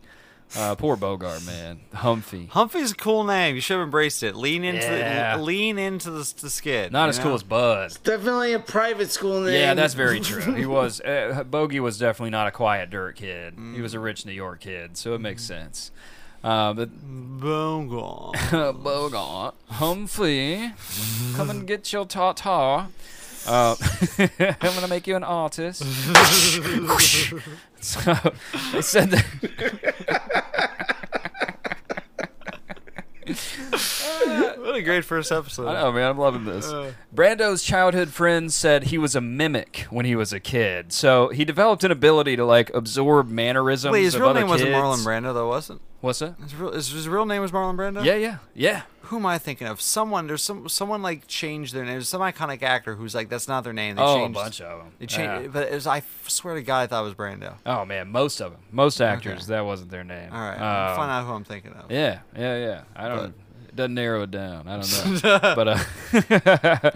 S2: Uh, poor Bogart, man, Humphy.
S4: Humphrey's a cool name. You should have embraced it. Lean into
S2: Yeah.
S4: the lean into the, the skid.
S2: Not
S4: you
S2: as cool
S4: know?
S2: as Bud.
S5: Definitely a private school name.
S2: Yeah, that's very true. He was uh, Bogey was definitely not a quiet dirt kid. He was a rich New York kid, so it makes sense. Uh, but
S4: Bungle.
S2: Uh, Bogart, Humphrey, come and get your tartar. Uh, I'm gonna make you an artist. so they said that.
S4: what a really great first episode.
S2: I know, man. I'm loving this. Brando's childhood friends said he was a mimic when he was a kid, so he developed an ability to like absorb mannerisms.
S4: Wait, his
S2: of
S4: real
S2: other
S4: name wasn't
S2: kids.
S4: Marlon Brando, though, wasn't?
S2: What's that?
S4: His real, his, his real name was Marlon Brando.
S2: Yeah, yeah, yeah.
S4: Who am I thinking of? Someone there's some someone like changed their name. There's some iconic actor who's like that's not their name. They
S2: Oh, a
S4: changed,
S2: bunch of 'em.
S4: They changed,
S2: Yeah.
S4: but it was, I f- swear to God, I thought it was Brando.
S2: Oh man, most of them, most actors, that wasn't their name.
S4: All right,
S2: Um,
S4: I'll find out who I'm thinking of.
S2: Yeah, yeah, yeah. I don't. it doesn't narrow it down. I don't know. but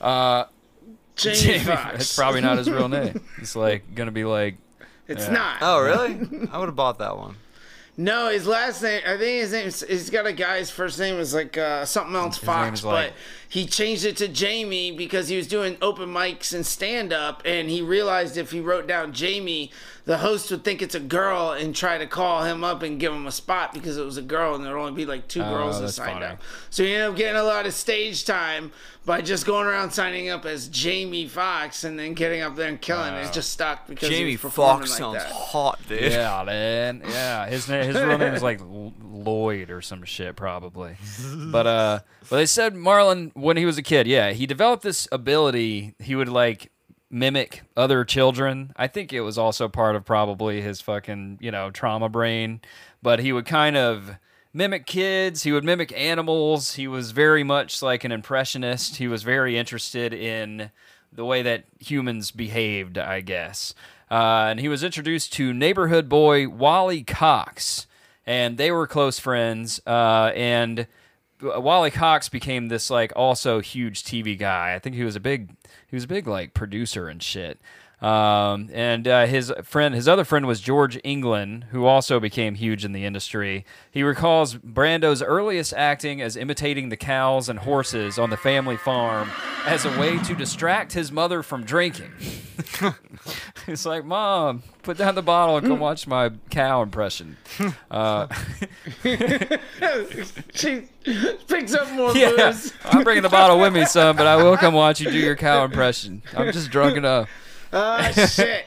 S2: uh,
S5: Jamie,
S2: Jamie,
S5: Foxx.
S2: it's probably not his real name. It's like gonna be like
S5: It's
S2: yeah.
S5: not.
S4: Oh, really? I would have bought that one.
S5: No, his last name. I think his name's. He's got a guy's first name is like uh, something else
S2: name
S5: Fox,
S2: is like-
S5: but he changed it to Jamie because he was doing open mics and stand up, and he realized if he wrote down Jamie, the host would think it's a girl and try to call him up and give him a spot because it was a girl, and there'd only be like two girls that
S2: Oh, that's
S5: signed
S2: funny.
S5: up. So he ended up getting a lot of stage time by just going around signing up as Jamie Fox and then getting up there and killing. it. It just stuck because he
S4: Jamie
S5: was performing
S4: Fox
S5: like
S4: sounds
S5: that.
S4: hot, dude.
S2: yeah, man, yeah. His name, his real name is like L- Lloyd or some shit probably. But uh, but they said Marlon when he was a kid, yeah, he developed this ability. He would like mimic other children. I think it was also part of probably his fucking you know trauma brain. But he would kind of mimic kids. He would mimic animals. He was very much like an impressionist. He was very interested in the way that humans behaved, I guess. Uh, and he was introduced to neighborhood boy Wally Cox, and they were close friends. Uh, and Uh, Wally Cox became this like also huge TV guy. I think he was a big he was a big like producer and shit. Um, and uh, his friend, his other friend was George England, who also became huge in the industry. He recalls Brando's earliest acting as imitating the cows and horses on the family farm as a way to distract his mother from drinking. It's like, Mom, put down the bottle and come watch my cow impression.
S5: she picks up more
S2: Yeah,
S5: booze.
S2: I'm bringing the bottle with me, son, but I will come watch you do your cow impression. I'm just drunk enough.
S5: Oh shit!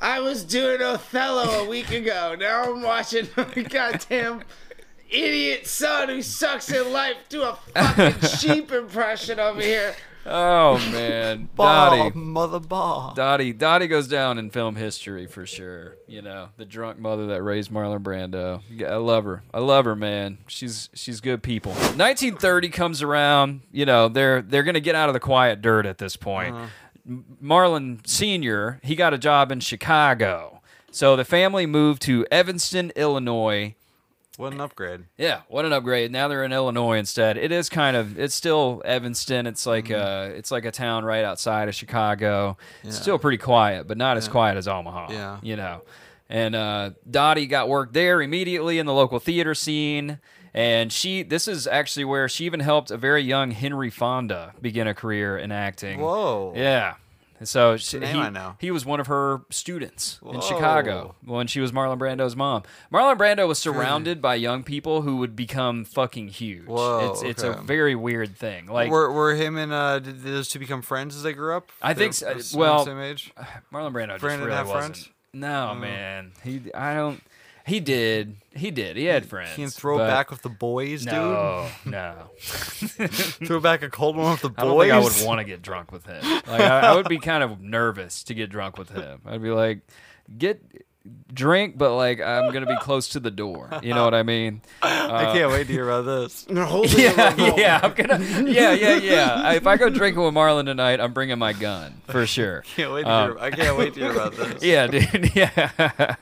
S5: I was doing Othello a week ago. Now I'm watching a goddamn idiot son who sucks in life do a fucking sheep impression over here.
S2: Oh man,
S4: Ball,
S2: Dottie,
S4: Oh, mother ball.
S2: Dottie, Dottie goes down in film history for sure. You know, the drunk mother that raised Marlon Brando. Yeah, I love her. I love her, man. She's she's good people. 1930 comes around. You know, they're they're gonna get out of the quiet dirt at this point. Marlon Sr., he got a job in Chicago. So the family moved to Evanston, Illinois.
S4: What an upgrade.
S2: Yeah, what an upgrade. Now they're in Illinois instead. It is kind of it's still Evanston. It's like uh
S4: Mm-hmm.
S2: it's like a town right outside of Chicago. It's still pretty quiet, but not as quiet as Omaha.
S4: Yeah.
S2: You know. And uh Dottie got work there immediately in the local theater scene. And she this is actually where she even helped a very young Henry Fonda begin a career in acting.
S4: Whoa.
S2: Yeah. And so she,
S4: name
S2: he,
S4: I know.
S2: he was one of her students in
S4: Whoa.
S2: Chicago when she was Marlon Brando's mom. Marlon Brando
S4: Hmm.
S2: was surrounded by young people who would become fucking huge.
S4: Whoa,
S2: it's it's a
S4: okay.
S2: very weird thing. Like
S4: were, were him and uh, did those two become friends as they grew up?
S2: I think
S4: They're
S2: so-
S4: same-
S2: well-
S4: same age.
S2: Marlon Brando just
S4: Brando
S2: really
S4: have
S2: wasn't.
S4: friends?
S2: No,
S4: Hmm.
S2: man. He I don't he did. He did. He had friends.
S4: He can throw
S2: but
S4: back with the boys,
S2: No, no.
S4: dude. throw back a cold one with the boys.
S2: I don't think I would want to get drunk with him. Like I, I would be kind of nervous to get drunk with him. I'd be like, get drink, but like I'm gonna be close to the door. You know what I mean?
S4: I can't
S2: uh,
S4: wait to hear about this.
S5: And holding a
S2: yeah,
S5: revolver.
S2: yeah, I'm gonna, yeah, yeah, yeah. I, if I go drinking with Marlon tonight, I'm bringing my gun for sure.
S4: Can't wait to hear, I can't wait to hear about this.
S2: Um, Yeah, dude. Yeah.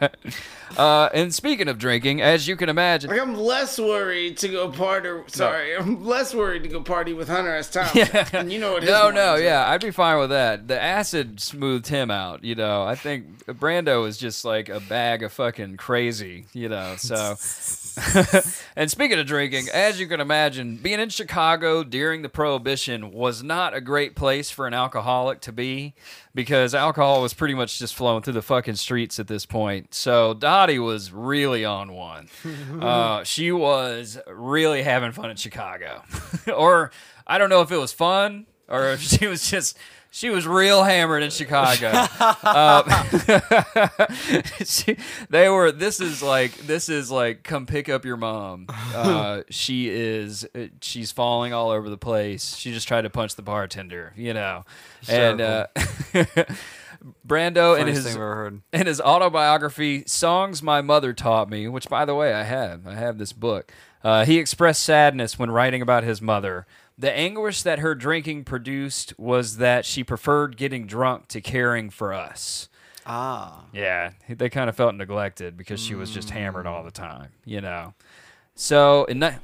S2: Uh, and speaking of drinking, as you can imagine,
S5: Like I'm less worried to go party. Sorry, I'm less worried to go party with Hunter S. Thompson. And you know what? His
S2: no, no,
S5: mornings are.
S2: yeah, I'd be fine with that. The acid smoothed him out, you know. I think Brando is just like a bag of fucking crazy, you know. So, and speaking of drinking, as you can imagine, being in Chicago during the Prohibition was not a great place for an alcoholic to be because alcohol was pretty much just flowing through the fucking streets at this point. So Dottie was really on one. uh, she was really having fun in Chicago, or I don't know if it was fun or if she was just She was real hammered in Chicago. Uh, Um, she- they were. This is like this is like come pick up your mom. Uh, she is uh, she's falling all over the place. She just tried to punch the bartender, you know. And uh, Brando and
S4: Funniest
S2: his
S4: thing I've ever heard.
S2: in his autobiography, Songs My Mother Taught Me, which, by the way, I have. I have this book. Uh, he expressed sadness when writing about his mother. The anguish that her drinking produced was that she preferred getting drunk to caring for us.
S4: Ah,
S2: Yeah, they kind of felt neglected because she was just hammered all the time, you know. So, and that,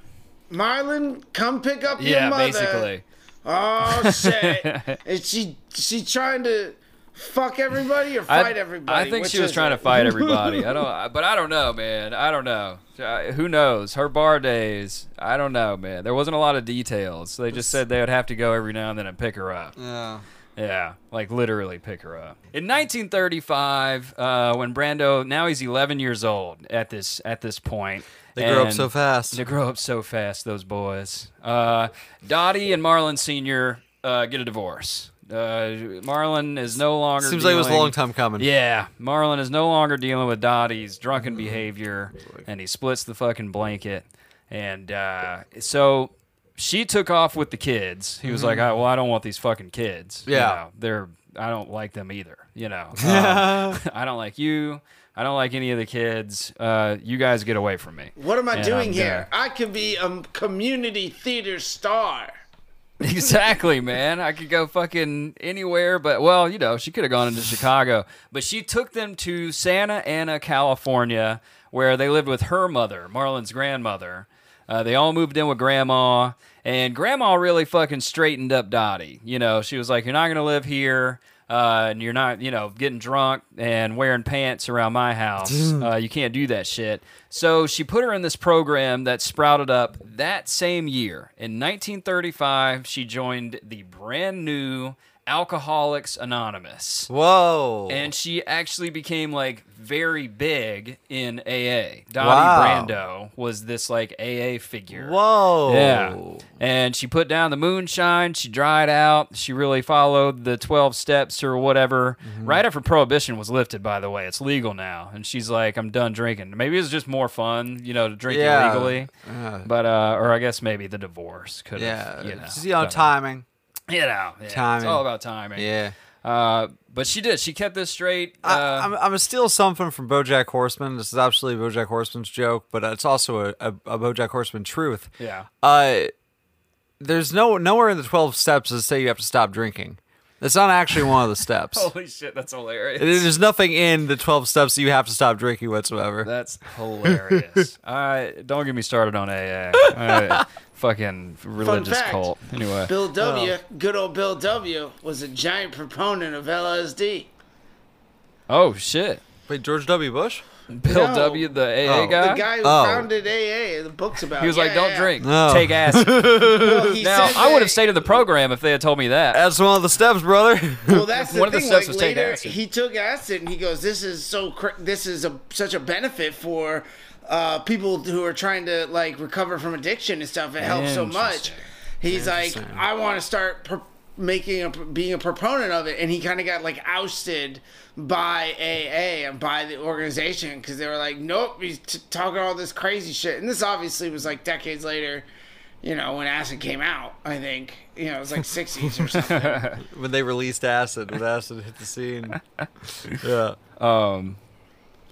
S5: Marlon, come pick up your
S2: yeah,
S5: mother.
S2: basically.
S5: Oh shit! Is she she trying to fuck everybody or
S2: I-
S5: fight everybody?
S2: I think
S5: Which
S2: she was
S5: is
S2: trying
S5: it?
S2: to fight everybody. I don't, I, but I don't know, man. I don't know. Uh, who knows? Her bar days. I don't know, man. There wasn't a lot of details. They just said they would have to go every now and then and pick her up.
S4: yeah.
S2: Yeah, like literally pick her up. In 1935, uh, when Brando now he's 11 years old at this at this point.
S4: They grow up
S2: and-
S4: so fast.
S2: They grow up so fast, those boys. Uh, Dottie and Marlon Senior uh, get a divorce. Uh, Marlon is no longer
S4: Seems like it was a
S2: dealing-
S4: long time coming.
S2: yeah, Marlon is no longer dealing with Dottie's drunken behavior, and he splits the fucking blanket. And uh, so she took off with the kids. He was like, I, "Well, I don't want these fucking kids. You
S4: Yeah.
S2: know, they're I don't like them either. You know, Um, I don't like you. I don't like any of the kids. Uh, you guys get away from me."
S5: What am I
S2: And
S5: doing
S2: I'm
S5: here?
S2: there.
S5: I could be a community theater star.
S2: Exactly, man. I could go fucking anywhere, but well, you know, she could have gone into Chicago. But she took them to Santa Ana, California, where they lived with her mother, Marlon's grandmother. Uh, they all moved in with grandma, and grandma really fucking straightened up Dottie. You know, she was like, You're not going to live here. Uh, and you're not, you know, getting drunk and wearing pants around my house. uh, you can't do that shit. So she put her in this program that sprouted up that same year. In 1935, she joined the brand new Alcoholics Anonymous.
S4: Whoa.
S2: And she actually became like very big in AA. Dottie
S4: Wow.
S2: Brando was this like AA figure.
S4: Whoa.
S2: Yeah.
S4: Oh.
S2: And she put down the moonshine. She dried out. She really followed the 12 steps or whatever.
S4: Mm-hmm.
S2: Right after prohibition was lifted, by the way, it's legal now. And she's like, I'm done drinking. Maybe it was just more fun, you know, to drink
S4: Yeah.
S2: illegally. But, uh, or I guess maybe the divorce could
S4: Yeah.
S2: have, you know.
S4: Just, you know,
S2: done-
S4: timing.
S2: You know, yeah, It's
S4: timing.
S2: all about timing.
S4: Yeah.
S2: Uh, but she did. She kept this straight. Uh,
S4: I, I'm, I'm gonna steal something from BoJack Horseman. This is absolutely BoJack Horseman's joke, but it's also a, a, a BoJack Horseman truth.
S2: yeah.
S4: Uh, there's no nowhere in the twelve steps that say you have to stop drinking. That's not actually one of the steps.
S2: Holy shit, that's hilarious.
S4: There's nothing in the twelve steps that you have to stop drinking whatsoever.
S2: That's hilarious. I don't get me started on AA. I- fucking religious
S5: fact.
S2: cult. Anyway,
S5: Bill W, good old Bill W, was a giant proponent of LSD.
S2: oh shit,
S4: Wait, George W. Bush?
S2: Bill
S5: No.
S2: W, the AA
S4: Oh.
S2: guy.
S5: The guy who
S4: Oh.
S5: founded AA, the book's about.
S2: he was like,
S5: Yeah,
S2: "Don't
S5: yeah.
S2: drink,
S4: No.
S2: take acid."
S5: Well, he
S2: now
S5: said
S2: I would
S5: that-
S2: have stayed in the program if they had told me that.
S4: That's one of the steps, brother.
S5: Well, that's the
S2: One of the
S5: thing.
S2: steps
S5: like,
S2: was take
S5: later,
S2: acid.
S5: he took acid, and he goes, "This is so. Cr- this is a such a benefit for uh, people who are trying to like recover from addiction and stuff. It helps so much."
S2: Interesting.
S5: He's like, "I want to start pro- making a being a proponent of it," and he kind of got like ousted by AA and by the organization because they were like, "Nope, he's t- talking all this crazy shit." And this obviously was like decades later. You know, when acid came out, I think you know it was like '60s or something.
S4: when they released acid, when acid hit the scene. Yeah.
S2: Um,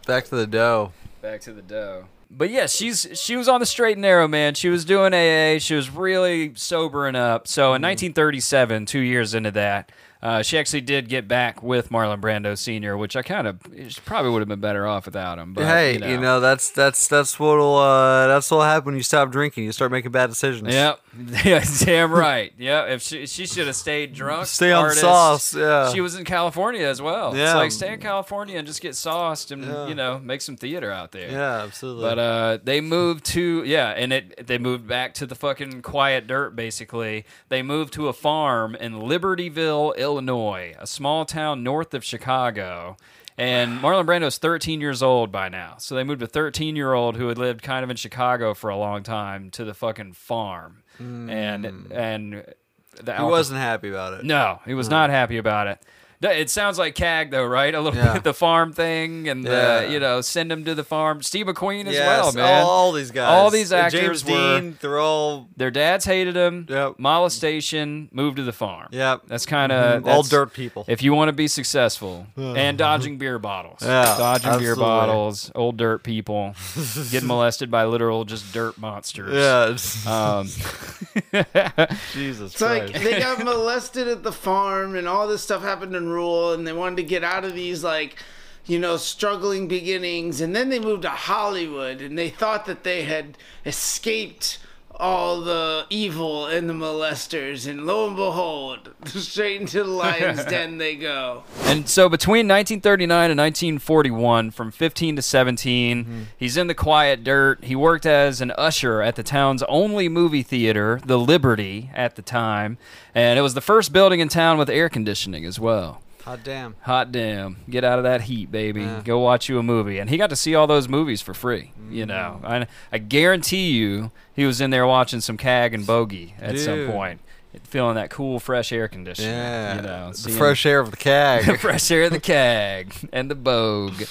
S4: Back to the dough.
S2: back to the dough. But yeah, she's she was on the straight and narrow, man. She was doing AA. She was really sobering up. So in 1937, two years into that, uh, she actually did get back with Marlon Brando Sr., which I kind of she probably would have been better off without him. But
S4: hey,
S2: you know,
S4: that's that's that's what'll uh, that's what'll happen when you stop drinking. You start making bad decisions.
S2: Yep. Yeah, damn right. Yeah, if she she should have stayed drunk.
S4: Stay on
S2: artist.
S4: sauce, yeah.
S2: She was in California as well. It's
S4: Yeah.
S2: like stay in California and just get sauced and you know make some theater out there.
S4: Yeah, absolutely.
S2: But uh, they moved to yeah, and it they moved back to the fucking quiet dirt. Basically, they moved to a farm in Libertyville, Illinois, a small town north of Chicago. And Marlon Brando's 13 years old by now, so they moved a 13 year old who had lived kind of in Chicago for a long time to the fucking farm, and and the
S4: Hmm. He wasn't happy about it.
S2: uh, No, he was not happy about it. D- It sounds like CAG though, right? A little
S4: Yeah.
S2: bit the farm thing and
S4: Yeah.
S2: the you know send him to the farm. Steve McQueen as
S4: Yes,
S2: well, man.
S4: All, all these guys.
S2: All these
S4: Uh,
S2: actors
S4: James
S2: were-
S4: Dean, they're all
S2: Their dads hated him.
S4: Yep.
S2: Molestation. Moved to the farm.
S4: Yep. Mm-hmm.
S2: That's kind of
S4: all dirt people.
S2: If you want to be successful, and dodging beer bottles,
S4: Yeah,
S2: dodging beer
S4: absolutely.
S2: bottles, old dirt people, getting molested by literal just dirt monsters.
S4: yeah, it's-
S2: Um,
S4: Jesus
S5: It's like
S4: Christ.
S5: they got molested at the farm and all this stuff happened in rural and they wanted to get out of these like you know struggling beginnings and then they moved to Hollywood and they thought that they had escaped all the evil and the molesters and lo and behold straight into the lion's den they go.
S2: And so between 1939 and 1941, from 15 to 17,
S4: Mm-hmm.
S2: he's in the quiet dirt. He worked as an usher at the town's only movie theater, the Liberty, at the time. And it was the first building in town with air conditioning as well.
S4: Hot damn.
S2: Hot damn. Get out of that heat, baby. Go watch you a movie. And he got to see all those movies for free.
S4: Mm.
S2: You know, I, I guarantee you he was in there watching some CAG and Bogey at some
S4: Dude.
S2: point, feeling that cool, fresh air conditioning.
S4: Yeah.
S2: You know,
S4: the
S2: seeing-
S4: fresh air of
S2: the
S4: the cag.
S2: fresh air of the CAG and the Bogue.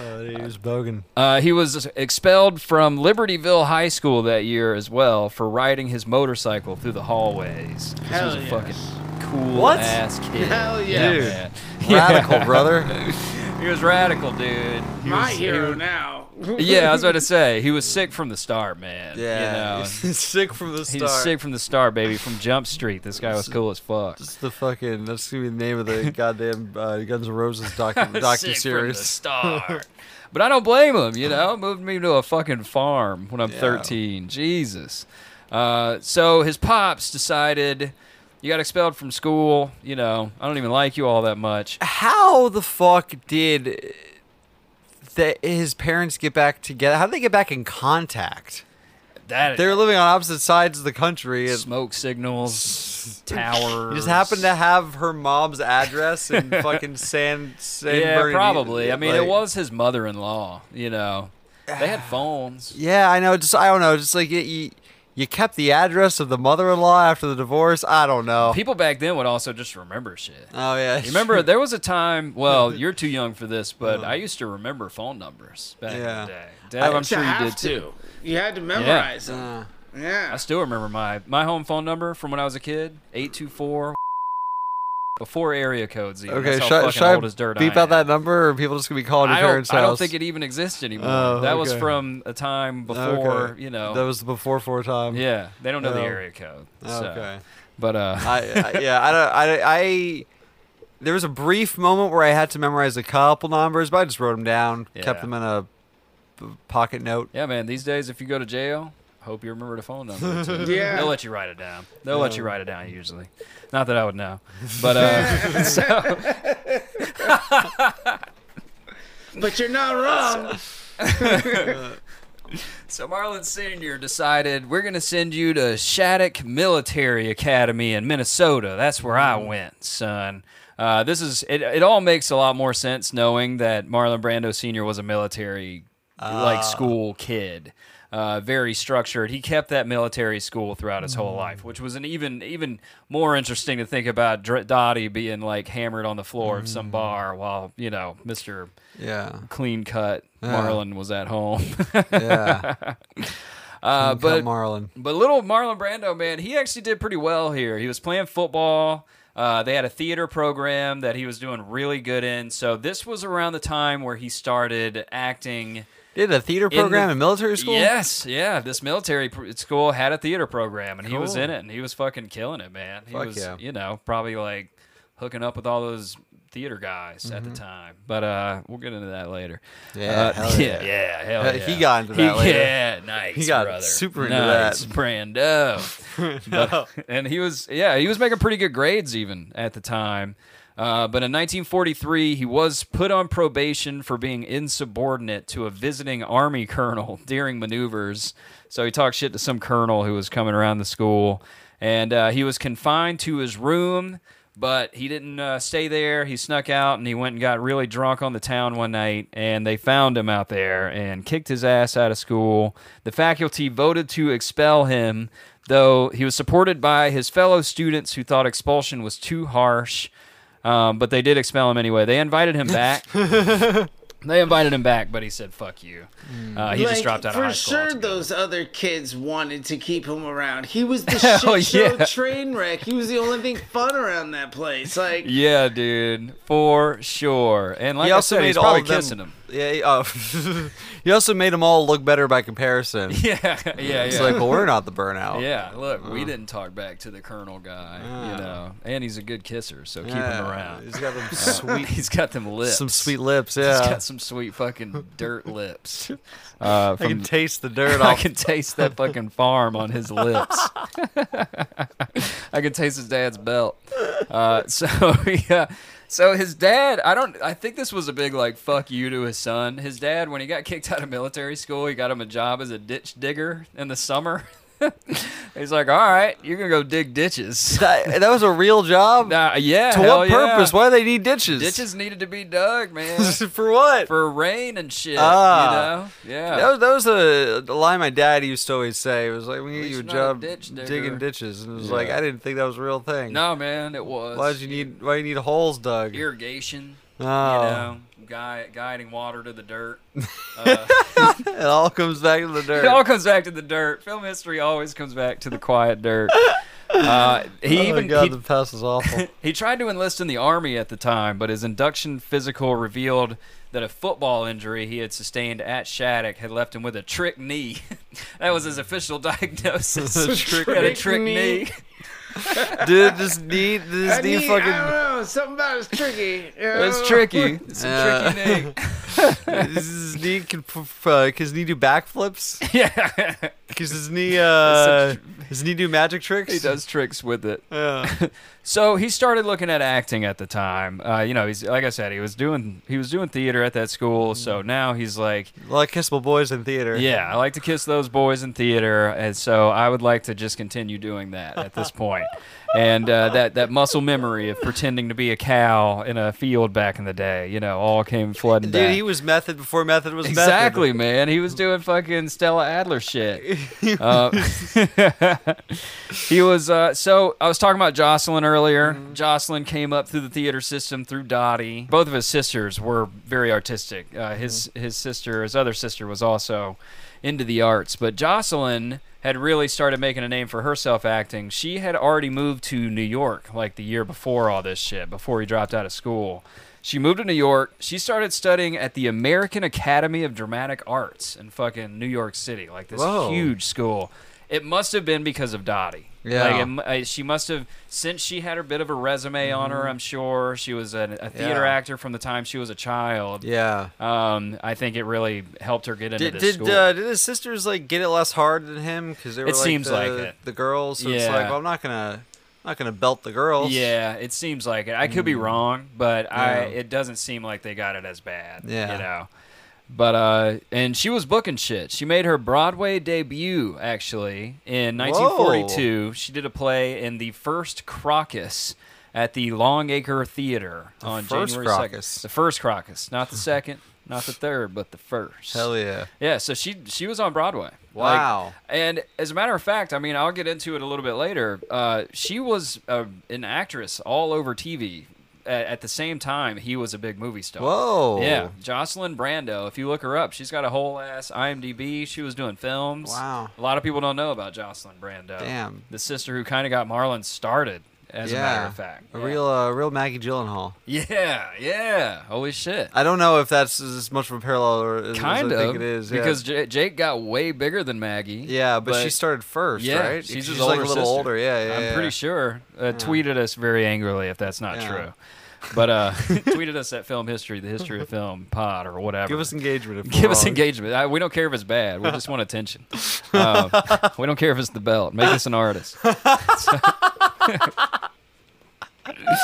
S3: Uh, he was bogan.
S2: Uh, he was expelled from Libertyville High School that year as well for riding his motorcycle through the hallways. This
S5: Hell
S2: was a
S5: yes.
S2: fucking cool
S4: What?
S2: ass kid.
S5: Hell
S2: yeah,
S5: yes.
S2: man.
S4: Radical, brother.
S2: Yeah, he was radical, dude. He
S5: My
S2: was- he
S5: hero
S2: was-
S5: now.
S2: yeah, I was about to say he was sick from the start, man.
S4: Yeah.
S2: you know.
S4: He's sick from the
S2: He
S4: start.
S2: was sick from the start, baby. From Jump Street, this guy was cool as fuck.
S4: That's the fucking. That's gonna be the name of the goddamn uh, Guns N' Roses docu
S2: sick
S4: docu
S2: from the
S4: series.
S2: start. but I don't blame him. You know, moved me to a fucking farm when I'm
S4: Yeah.
S2: 13. Jesus. Uh, so his pops decided you got expelled from school. You know, I don't even like you all that much.
S4: How the fuck did that his parents get back together? How did they get back in contact?
S2: That
S4: They were living on opposite sides of the country. And
S2: smoke signals, towers.
S4: You just happened to have her mom's address in fucking San, San
S2: yeah,
S4: Bernardino.
S2: probably. I mean, it
S4: Like-
S2: was his mother-in-law. You know, they had phones.
S4: Yeah, I know. Just I don't know. Just like you, you, you kept the address of the mother-in-law after the divorce. I don't know.
S2: People back then would also just remember shit.
S4: oh yeah,
S2: You Remember, there was a time. Well, you're too young for this, but I used to remember phone numbers back
S4: Uh-huh. Yeah.
S2: in the day. Dad,
S4: I-
S2: I'm
S5: To
S2: sure you
S5: have
S2: did
S5: to.
S2: too.
S5: You had to memorize them.
S4: Uh,
S5: Yeah.
S2: I still remember my my home phone number from when I was a kid. Eight two four. Before area codes. Even.
S4: okay,
S2: That's how
S4: should,
S2: fucking
S4: should I
S2: old as dirt.
S4: beep
S2: I
S4: out that
S2: am.
S4: number, or are people just gonna be calling your
S2: I don't,
S4: parents'
S2: I
S4: house?
S2: don't think it even exists anymore.
S4: Oh,
S2: that was
S4: okay.
S2: from a time
S4: Okay.
S2: before, you know.
S4: That was the before four time.
S2: yeah, they don't know the
S4: Oh.
S2: area code. So.
S4: Okay.
S2: But uh,
S4: I, I yeah. I don't. I, I. There was a brief moment where I had to memorize a couple numbers, but I just wrote them down,
S2: Yeah.
S4: kept them in a p- pocket note.
S2: yeah, man, these days if you go to jail, hope you remember the phone number. too.
S5: yeah.
S2: They'll let you write it down. They'll let you write it down usually. Not that I would know, but uh, so
S5: But you're not wrong.
S2: so Marlon Senior decided we're gonna send you to Shattuck Military Academy in Minnesota. That's where I went, son. Uh, this is it. It all makes a lot more sense knowing that Marlon Brando Senior was a military like school kid. Uh, very structured. He kept that military school throughout his whole life, which was an even even more interesting to think about. Dr- Dottie being like hammered on the floor of some bar while you know Mister
S4: Yeah.
S2: clean cut Marlon was at home.
S4: Yeah.
S2: Uh,
S4: Cut
S2: but
S4: Marlin.
S2: but little Marlon Brando, man, he actually did pretty well here. He was playing football. Uh, they had a theater program that he was doing really good in. So this was around the time where he started acting.
S4: Did a theater program in,
S2: the-
S4: military school?
S2: Yes, yeah. This military pr- school had a theater program, and he was
S4: Cool.
S2: in it, and he was fucking killing it, man. He
S4: Fuck
S2: was,
S4: yeah.
S2: you know, probably like hooking up with all those theater guys at the time. But uh, we'll get into that later.
S4: Mm-hmm. Yeah,
S2: Uh,
S4: hell yeah.
S2: yeah, hell
S4: Uh,
S2: yeah.
S4: he got into that later.
S2: Yeah, nice.
S4: He got
S2: brother.
S4: super into
S2: nice,
S4: that.
S2: Brando. But- and he was, yeah, he was making pretty good grades even at the time. Uh, but in 1943, he was put on probation for being insubordinate to a visiting army colonel during maneuvers. So he talked shit to some colonel who was coming around the school, and uh, he was confined to his room But he didn't uh, stay there. He snuck out and he went and got really drunk on the town one night. And they found him out there and kicked his ass out of school. The faculty voted to expel him, though he was supported by his fellow students who thought expulsion was too harsh. Um, but they did expel him anyway. They invited him back. they invited him back, but he said, "Fuck you."
S4: Mm.
S2: Uh, he
S5: Like,
S2: just dropped out
S5: for
S2: of high school.
S5: sure,
S2: altogether.
S5: those other kids wanted to keep him around. He was the shit
S2: Hell
S5: show
S2: Oh, yeah.
S5: train wreck. He was the only thing fun around that place. Like,
S2: Yeah, dude, for sure. And like
S4: He
S2: I
S4: also
S2: said,
S4: made
S2: he's
S4: all
S2: probably
S4: of them.
S2: kissing him.
S4: Yeah. He, oh. he also made them all look better by comparison. It's
S2: Yeah, yeah, yeah.
S4: like, uh-huh. well, we're not the burnout.
S2: yeah, look, we didn't talk back to the colonel guy, you know. And he's a good kisser, so keep him
S4: Yeah,
S2: around.
S4: He's got them sweet,
S2: he's got them lips.
S4: some sweet lips.
S2: He's
S4: Yeah.
S2: got some sweet fucking dirt lips. Uh,
S4: I
S2: from
S4: can taste the dirt
S2: I
S4: off.
S2: can taste that fucking farm on his lips. I can taste his dad's belt. Uh, so yeah, so his dad. I don't. I think this was a big like fuck you to his son. His dad, when he got kicked out of military school, he got him a job as a ditch digger in the summer. He's like, all right, you're gonna go dig ditches.
S4: that, that was a real job.
S2: Nah, yeah.
S4: to
S2: hell
S4: what purpose?
S2: Yeah.
S4: Why do they need ditches?
S2: Ditches needed to be dug, man,
S4: for what?
S2: for rain and shit.
S4: Ah.
S2: you know, yeah.
S4: That was, that was a, a line my dad used to always say. It was like, we need
S2: least
S4: you
S2: you're
S4: a
S2: not a
S4: job
S2: ditch digger.
S4: digging ditches. And it was like, I didn't think that was a real thing.
S2: no, man, it was.
S4: Why did you need, why do you need holes dug?
S2: irrigation.
S4: oh.
S2: you know, gui- guiding water to the dirt.
S4: It all comes back to the dirt.
S2: It all comes back to the dirt. Film history always comes back to the quiet dirt. Uh, he
S4: oh
S2: even
S4: my God,
S2: he-
S4: the past is awful.
S2: he tried to enlist in the army at the time, but his induction physical revealed that a football injury he had sustained at Shattuck had left him with a trick knee. that was his official diagnosis.
S4: Trick
S2: He had a
S5: knee.
S2: trick knee.
S4: Dude, this knee, this
S5: I,
S4: knee
S5: need,
S4: fucking...
S5: I don't know. Something about it's tricky. Oh,
S2: It's tricky. It's a
S4: Yeah.
S2: tricky knee.
S4: Does his knee can perf- uh, can his knee do backflips?
S2: yeah,
S4: Can his knee uh, his knee do magic tricks?
S2: he does tricks with it.
S4: Yeah.
S2: So he started looking at acting at the time. Uh, you know, he's like I said, he was doing he was doing theater at that
S4: Mm-hmm.
S2: school. So now he's like,
S4: well, I kiss my boys in theater.
S2: yeah, I like to kiss those boys in theater, and so I would like to just continue doing that at this point. And uh, that that muscle memory of pretending to be a cow in a field back in the day, you know, all came flooding
S4: Dude,
S2: back.
S4: he was method before method was method.
S2: Exactly, man. He was doing fucking Stella Adler shit. Uh, he was. Uh, so I was talking about Jocelyn earlier. Jocelyn came up through the theater system through Dottie. Both of his sisters were very artistic. Uh, his his sister, his other sister, was also into the arts. But Jocelyn had really started making a name for herself acting. She had already moved to New York like the year before all this shit, before he dropped out of school. She moved to New York. She started studying at the American Academy of Dramatic Arts in fucking New York City, like this
S4: Whoa.
S2: huge school. It must have been because of Dottie.
S4: Yeah.
S2: Like, it m- I- she must have, since she had her bit of a resume on her, I'm sure. She was a, a theater
S4: Mm-hmm. Yeah.
S2: actor from the time she was a child.
S4: Yeah.
S2: Um, I think it really helped her get into
S4: Did
S2: this
S4: did,
S2: school.
S4: uh, did his sisters like get it less hard than him because they were
S2: It
S4: like,
S2: seems
S4: the,
S2: like it.
S4: the girls? So it's like,
S2: Yeah.
S4: well, I'm not gonna I'm not gonna belt the girls. Mm.
S2: Yeah, it seems like it. I could be wrong, but I
S4: Yeah.
S2: it doesn't seem like they got it as bad.
S4: Yeah.
S2: You know. But uh and she was booking shit. She made her Broadway debut actually in 1942. She did a play in the first Crocus at the Longacre Theater on
S4: first
S2: January
S4: Crocus.
S2: 2nd. The first Crocus, not the second, not the third, but the first.
S4: Hell yeah.
S2: Yeah, so she she was on Broadway. Like,
S4: Wow.
S2: and as a matter of fact, I mean, I'll get into it a little bit later. Uh, she was uh, an actress all over TV. At, at the same time, he was a big movie star.
S4: Whoa.
S2: Yeah, Jocelyn Brando. If you look her up, she's got a whole ass IMDb. She was doing films.
S4: Wow.
S2: A lot of people don't know about Jocelyn Brando.
S4: Damn.
S2: The sister who kind of got Marlon started, as
S4: yeah.
S2: a matter of fact.
S4: A
S2: yeah.
S4: real uh, real Maggie Gyllenhaal.
S2: Yeah, yeah. Holy shit.
S4: I don't know if that's as much of a parallel or as,
S2: kind
S4: as I
S2: of
S4: think it is. yeah.
S2: because J- Jake got way bigger than Maggie.
S4: Yeah, but, she started first,
S2: yeah,
S4: right?
S2: she's his
S4: like
S2: older
S4: a little
S2: sister.
S4: older. Yeah, yeah.
S2: I'm
S4: yeah.
S2: pretty sure. Uh, Tweeted us very angrily if that's not
S4: Yeah.
S2: true. But uh, tweeted us at Film History, the History of Film Pod, or whatever.
S4: Give us engagement. If
S2: Give
S4: we're
S2: us
S4: wrong.
S2: engagement. I, we don't care if it's bad. We just want attention. Uh, we don't care if it's the belt. Make us an artist.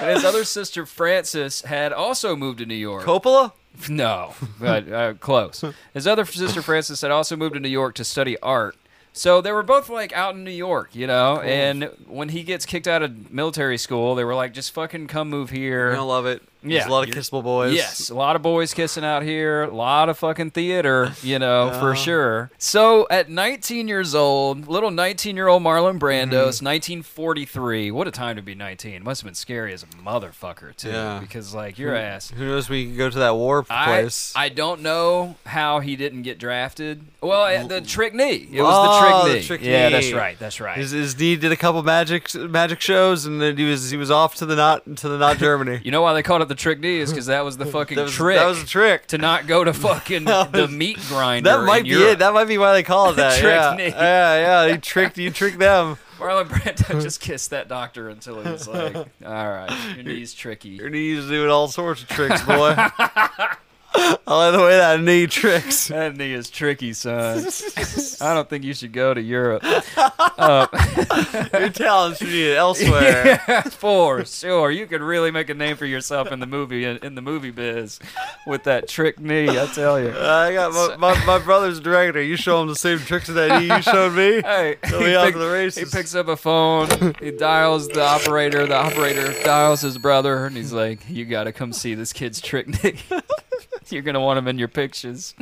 S2: and his other sister Frances had also moved to New York.
S4: Coppola.
S2: No, but uh, close. His other sister Frances had also moved to New York to study art, So they were both like out in New York, you know. And when he gets kicked out of military school, they were like, "Just fucking come move here."
S4: You're gonna love it.
S2: Yeah.
S4: There's a lot of kissable boys.
S2: Yes, a lot of boys kissing out here, a lot of fucking theater, you know, for sure. So at 19 years old, little 19 year old Marlon Brando's
S4: Mm-hmm.
S2: 1943. What a time to be 19. Must have been scary as a motherfucker, too,
S4: Yeah.
S2: because, like, your ass.
S4: Who knows? We could go to that war
S2: I,
S4: place.
S2: I don't know how he didn't get drafted. Well, eh, the trick knee. It was
S4: Oh,
S2: the
S4: the
S2: trick knee.
S4: trick
S2: yeah, that's
S4: knee.
S2: right. That's right.
S4: his, his knee did a couple magic magic shows, and then he was he was off to the not to the not Germany.
S2: you know why they called it the trick knee is because that was the fucking
S4: that was
S2: trick.
S4: that was a trick.
S2: to not go to fucking the meat grinder.
S4: That might
S2: in
S4: be
S2: Europe.
S4: it. That might be why they call it that. yeah.
S2: Tricked me.
S4: yeah, yeah. He tricked you. Tricked them.
S2: Marlon Brando just kissed that doctor until he was like, "All right, your knee's tricky."
S4: Your knees doing all sorts of tricks, boy. I like the way that knee tricks.
S2: That knee is tricky, son. I don't think you should go to Europe
S4: Your talents are needed elsewhere.
S2: for sure. You could really make a name for yourself in the movie in, in the movie biz with that trick knee. I tell you.
S4: Uh, I got my, my, my brother's a director. You show him the same tricks that he- you showed me.
S2: Hey,
S4: So
S2: he,
S4: we off
S2: pick-
S4: to the
S2: he
S4: races.
S2: picks up a phone. He dials the operator. The operator dials his brother, and he's like, "You gotta come see this kid's trick, Nick. You're gonna want him in your pictures."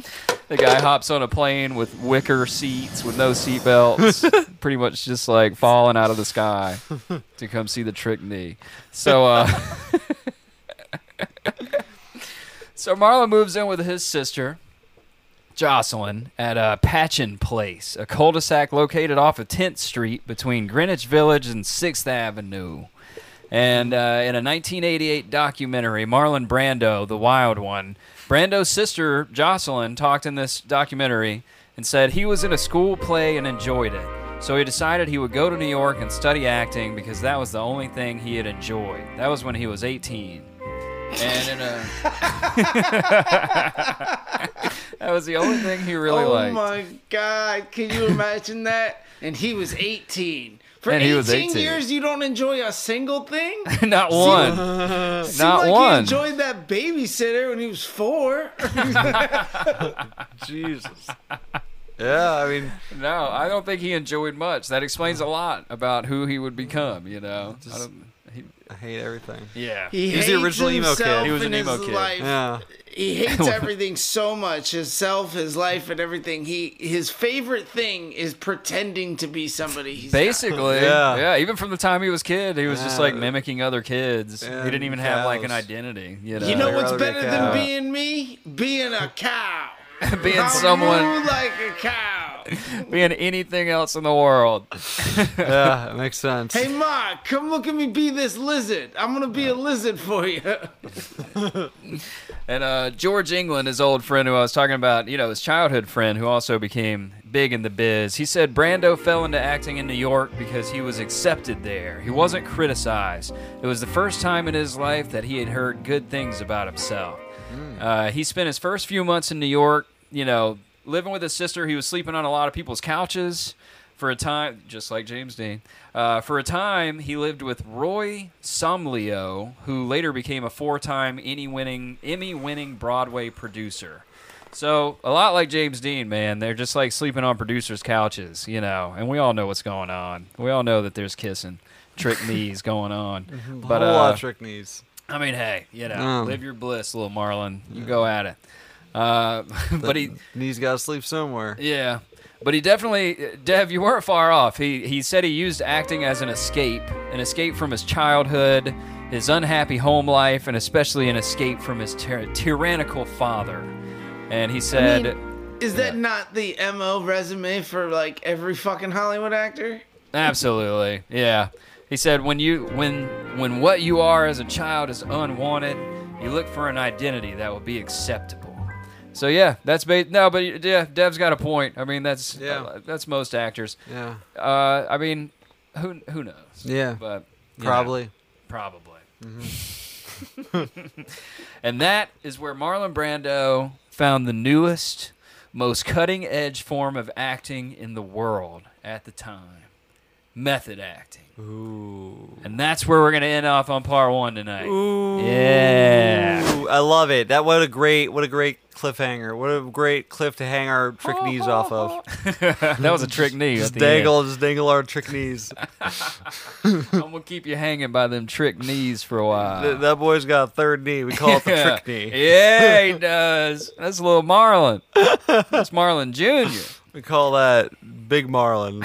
S2: The guy hops on a plane with wicker seats, with no seat belts, pretty much just like falling out of the sky to come see the trick knee. So, uh, so Marlon moves in with his sister. Jocelyn at uh, Patchin Place, a cul-de-sac located off of 10th Street between Greenwich Village and 6th Avenue. And uh, in a 1988 documentary, Marlon Brando, the wild one, Brando's sister Jocelyn talked in this documentary and said he was in a school play and enjoyed it. So he decided he would go to New York and study acting because that was the only thing he had enjoyed. That was when he was 18. And in a, that was the only thing he really
S5: oh
S2: liked.
S5: my god, can you imagine that? And he was 18. For
S2: And
S5: 18,
S2: he was 18.
S5: years, you don't enjoy a single thing.
S2: Not one.
S5: Seemed
S2: Not
S5: like He
S2: one.
S5: enjoyed that babysitter when he was four.
S4: Jesus. Yeah, I mean,
S2: No, I don't think he enjoyed much. That explains a lot about who he would become. You know, I don't- he-
S4: I hate everything.
S2: yeah,
S5: He
S4: He was
S5: hates
S4: the original emo kid.
S5: himself
S2: He was
S5: and
S2: an emo
S5: his
S2: kid.
S5: life.
S4: Yeah.
S5: He hates everything so much, himself, his life, and everything. He his favorite thing is pretending to be somebody. He's
S2: basically, yeah.
S4: Yeah.
S2: Even from the time he was kid, he was just
S4: Yeah.
S2: like mimicking other kids. he didn't
S4: And
S2: even have like an
S4: cows.
S2: identity. You know,
S5: not. You know
S4: I'd
S5: what's
S4: rather be a
S5: better
S4: cow.
S5: than being me? Being a cow.
S2: being
S5: How
S2: someone,
S5: you like a cow.
S2: being anything else in the world.
S4: Yeah, it makes sense.
S5: Hey Ma, come look at me be this lizard. I'm gonna be a lizard for you.
S2: And uh, George England, his old friend who I was talking about, you know, his childhood friend who also became big in the biz, he said Brando fell into acting in New York because he was accepted there. He wasn't criticized. It was the first time in his life that he had heard good things about himself. Uh, he spent his first few months in New York, you know, living with his sister. He was sleeping on a lot of people's couches for a time, just like James Dean. Uh, for a time, he lived with Roy Somlio, who later became a four-time Emmy-winning Emmy-winning Broadway producer. So a lot like James Dean, man, they're just like sleeping on producers' couches, you know. And we all know what's going on. We all know that there's kissing, trick knees going on. But
S4: a whole lot
S2: uh,
S4: of trick knees.
S2: I mean, hey, you know,
S4: Um.
S2: live your bliss, little Marlon. You go at it. Uh, but he,
S4: Knees gotta sleep somewhere.
S2: yeah, but he definitely, Dev, you weren't far off. He he said he used acting as an escape, an escape from his childhood, his unhappy home life, and especially an escape from his tyr- tyrannical father. And he said,
S5: Is that not the MO resume for like every fucking Hollywood actor?
S2: Absolutely. Yeah. He said when you when when what you are as a child is unwanted, you look for an identity that will be acceptable. So yeah, that's ba- no, but yeah, Dev's got a point. I mean, that's
S4: Yeah.
S2: uh, that's most actors.
S4: Yeah.
S2: Uh, I mean, who who knows?
S4: Yeah.
S2: But you know.
S4: Probably.
S2: Probably.
S4: Mm-hmm.
S2: and that is where Marlon Brando found the newest, most cutting edge form of acting in the world at the time method acting. Ooh. And that's where we're gonna end off on part one tonight. Ooh. Yeah.
S4: Ooh, I love it. That what a great what a great cliffhanger. What a great cliff to hang our
S2: Oh,
S4: trick knees off of.
S2: that was a trick knee.
S4: Just
S2: at the end.
S4: dangle, just dangle our trick knees.
S2: I'm gonna keep you hanging by them trick knees for a while.
S4: Th- that boy's got a third knee. We call it the trick knee.
S2: Yeah, he does. That's a little Marlon. That's Marlon Jr.
S4: We call that big marlin,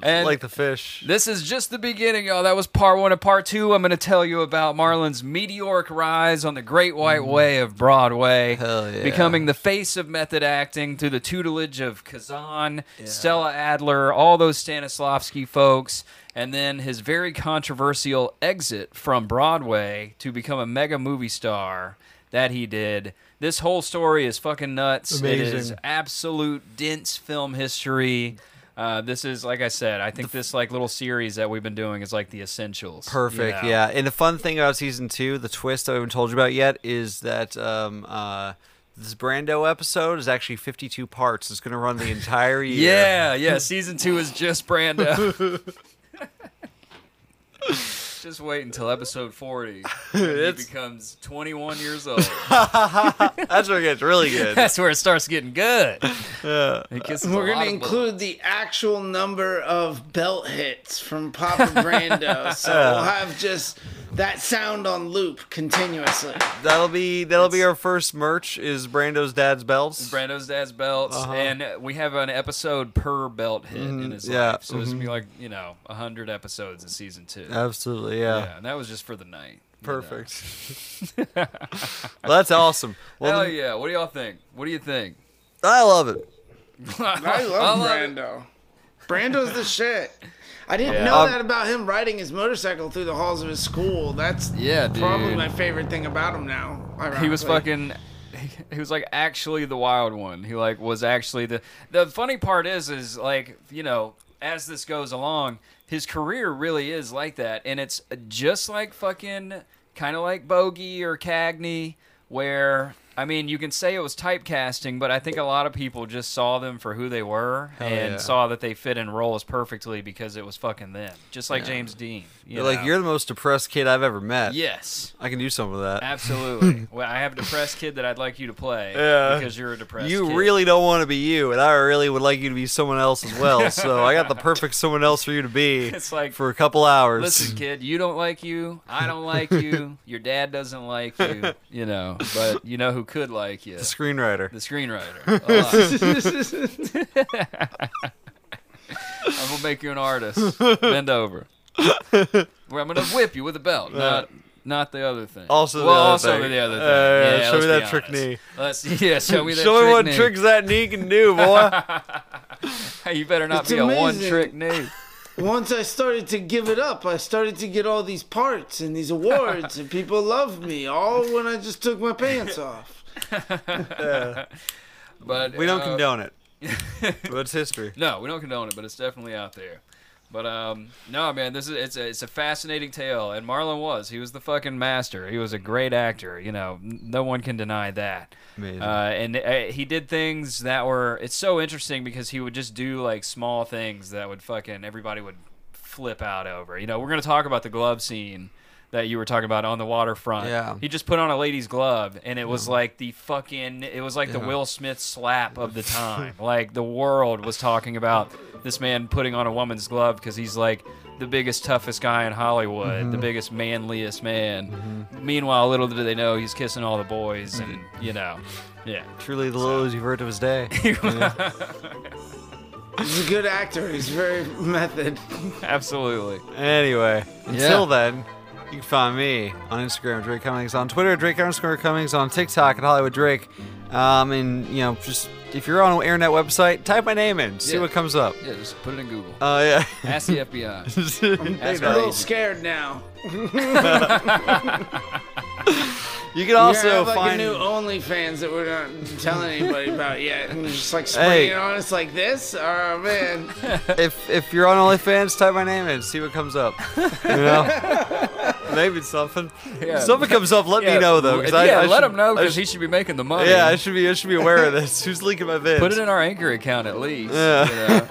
S2: And
S4: like the fish.
S2: this is just the beginning, y'all. That was part one of part two. I'm going to tell you about Marlon's meteoric rise on the Great White Way of Broadway,
S4: Mm. Hell yeah.
S2: becoming the face of method acting through the tutelage of Kazan, Stella Adler, all those Stanislavski folks, and then his very controversial exit from Broadway to become a mega movie star that he did. This whole story is fucking nuts. It is
S4: Amazing.
S2: absolute dense film history. Uh, this is like I said. I think this like little series that we've been doing is like the essentials.
S4: Perfect.
S2: you know?
S4: Yeah. And the fun thing about season two, the twist that I haven't told you about yet, is that um, uh, this Brando episode is actually 52 parts. It's going to run the entire year.
S2: Yeah, yeah. Season two is just Brando. just wait until episode forty. when He becomes twenty-one years old.
S4: That's where it gets really good.
S2: That's where it starts getting good. It gets
S5: We're going to include the actual number of belt hits from Papa Brando. so we'll have just that sound on loop continuously.
S4: That'll be that'll be our first merch. Is Brando's dad's belts?
S2: Brando's dad's belts,
S5: Uh-huh.
S2: and we have an episode per belt hit
S5: Mm-hmm.
S2: in his
S4: yeah,
S2: life. So this would be like you know hundred episodes in season two.
S4: Absolutely. Yeah.
S2: yeah, and that was just for the night. you know.
S4: Perfect. Well, that's awesome. Well,
S2: Hell yeah! What do y'all think? What do you think?
S4: I love it.
S5: I love
S2: it.
S5: Brando. Brando's the shit. I didn't know
S4: Um,
S5: that about him riding his motorcycle through the halls of his school. That's
S2: Yeah, dude.
S5: probably my favorite thing about him now.
S2: he was
S5: ironically.
S2: fucking he, he was like actually the wild one he like was actually the the funny part is is like you know as this goes along his career really is like that and it's just like fucking kind of like bogey or cagney where i mean you can say it was typecasting but i think a lot of people just saw them for who they were and
S4: yeah.
S2: saw that they fit in roles perfectly because it was fucking them just like james dean you
S4: You're like
S2: know?
S4: you're the most depressed kid I've ever met.
S2: yes
S4: I can do some of that.
S2: Absolutely. well, I have a depressed kid that I'd like you to play
S4: Yeah.
S2: because you're a depressed.
S4: you
S2: kid.
S4: really don't want to be you, and I really would like you to be someone else as well. so I got the perfect someone else for you to be.
S2: It's like-
S4: for a couple hours.
S2: listen, kid. You don't like you. I don't like you. Your dad doesn't like you. You know, but you know who could like you?
S4: the screenwriter.
S2: The screenwriter. Alive. I'm gonna make you an artist. Bend over. Where I'm gonna whip you with a belt. Not. Not the other thing.
S4: Also the
S2: well,
S4: other
S2: also
S4: thing.
S2: the other thing.
S4: Uh,
S2: yeah,
S4: show me
S2: let's
S4: that
S2: be
S4: trick
S2: honest.
S4: knee.
S2: Let's, yeah, show me that
S4: Show
S2: trick
S4: me what
S2: knee.
S4: tricks that knee can do, boy.
S2: Hey, you better not
S5: It's
S2: be a
S5: amazing.
S2: one trick knee.
S5: Once I started to give it up, I started to get all these parts and these awards, and people loved me. All when I just took my pants off.
S2: But
S4: we don't
S2: uh,
S4: condone it. but it's history.
S2: No, we don't condone it, but it's definitely out there. But um, no, man, this is it's a, it's a fascinating tale, and Marlon was he was the fucking master. He was a great actor. You know, n- no one can deny that.
S4: Amazing.
S2: Uh, and uh, he did things that were it's so interesting because he would just do like small things that would fucking everybody would flip out over. You know, we're gonna talk about the glove scene that you were talking about on the waterfront.
S4: Yeah.
S2: He just put on a lady's glove and it was like the fucking it was like the Will Smith slap of the time. like the world was talking about this man putting on a woman's glove because he's like the biggest toughest guy in Hollywood, the biggest manliest man. Meanwhile, little did they know he's kissing all the boys and you know. Yeah.
S4: Truly the lows you've heard of his day.
S5: He's a good actor. He's very method.
S2: Absolutely.
S4: Anyway, until then, you can find me on Instagram, Drake Cummings, on Twitter, Drake underscore Cummings, on TikTok at Hollywood Drake. Um, and you know, just if you're on an internet website, type my name in, see
S2: Yeah.
S4: what comes up.
S2: Yeah, just put it in Google.
S4: Uh,
S2: Ask the FBI.
S4: yeah.
S2: Ask
S5: I'm a
S2: our
S5: little
S2: agent.
S5: scared now.
S4: you can
S5: We're gonna
S4: also
S5: have like
S4: find
S5: a new OnlyFans that we're not telling anybody about yet. And just like
S4: Hey.
S5: springing it on us like this. Oh man.
S4: if if you're on OnlyFans, type my name in, see what comes up. You know, Maybe something. Something comes up. Let me
S2: Yeah,
S4: know though. 'cause I,
S2: yeah,
S4: I
S2: let
S4: should-
S2: him know
S4: I
S2: because
S4: should-
S2: he should be making the money.
S4: Yeah, I should be. I should be aware of this. Who's leaking my vids?
S2: put it in our anchor account at least.
S4: Yeah.
S2: you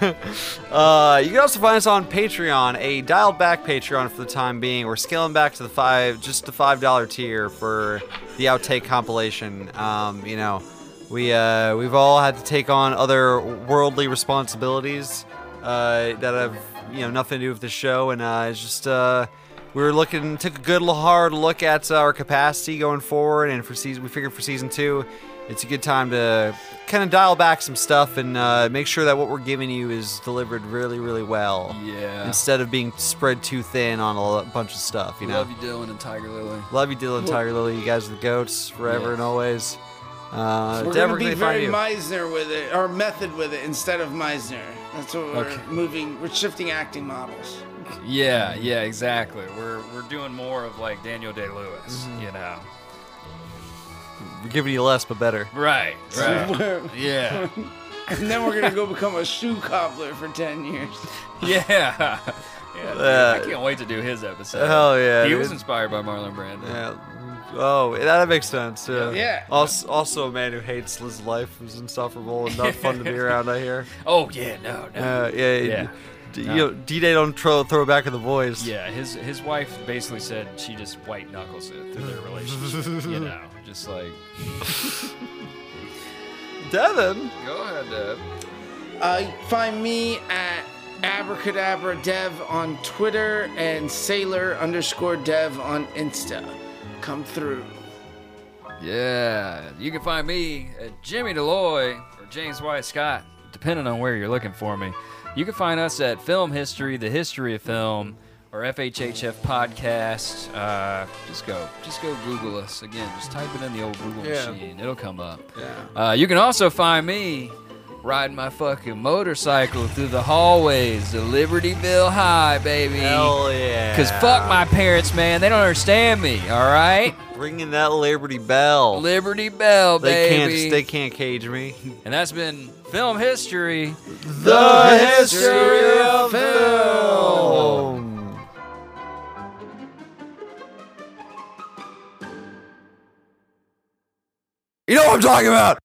S2: know.
S4: Uh, you can also find us on Patreon, a dialed back Patreon for the time being. We're scaling back to the five, just the five dollar tier for the outtake compilation. Um, you know, we uh, we've all had to take on other worldly responsibilities uh, that have you know nothing to do with the show, and uh, it's just uh, we were looking took a good l- hard look at uh, our capacity going forward, and for season we figured for season two it's a good time to kind of dial back some stuff and uh, make sure that what we're giving you is delivered really, really well.
S2: Yeah.
S4: Instead of being spread too thin on a lo- bunch of stuff, you know.
S2: Love you, Dylan and Tiger Lily.
S4: Love you, Dylan, Tiger Lily. You guys are the goats forever
S2: Yes.
S4: and always. Uh, Deborah,
S5: We're gonna
S4: can
S5: be
S4: they find
S5: very
S4: you?
S5: Meisner with it, or method with it, instead of Meisner. That's what we're
S2: Okay.
S5: moving. We're shifting acting models.
S2: Yeah, yeah, exactly. We're we're doing more of like Daniel Day Lewis, you know.
S4: We're giving you less, but better.
S2: Right, right. yeah,
S5: and then we're gonna go become a shoe cobbler for ten years.
S2: yeah. Yeah, dude, I
S4: Uh,
S2: can't wait to do his episode.
S4: hell yeah,
S2: He
S4: dude.
S2: was inspired by Marlon Brando.
S4: Yeah. Oh, that makes sense. Yeah.
S5: Yeah.
S4: Also, also, a man who hates his life who's insufferable and not fun to be around. I hear.
S2: Oh yeah, no, no.
S4: Uh, yeah.
S2: Yeah.
S4: D-
S2: No.
S4: You know, D-Day don't throw, throw back in the boys.
S2: yeah, his his wife basically said she just white knuckles it through their relationship. you know, just like
S4: Devin.
S2: go ahead, Deb.
S5: Uh, find me at abracadabra dev on Twitter and sailor underscore dev on Insta. Come through.
S2: Yeah, you can find me at Jimmy Deloy or James White Scott, depending on where you're looking for me. You can find us at Film History, The History of Film, or FHHF Podcast. Uh, just go, just go Google us again. Just type it in the old Google
S4: Yeah.
S2: machine; it'll come up.
S4: Yeah.
S2: Uh, you can also find me riding my fucking motorcycle through the hallways of Libertyville High, baby.
S4: Hell yeah.
S2: Cause fuck my parents, man. They don't understand me. All right,
S4: Ringing that Liberty Bell.
S2: Liberty Bell,
S4: they
S2: baby.
S4: can't. They can't cage me.
S2: And that's been Film History.
S4: The
S5: history of
S4: film. You know what I'm talking about.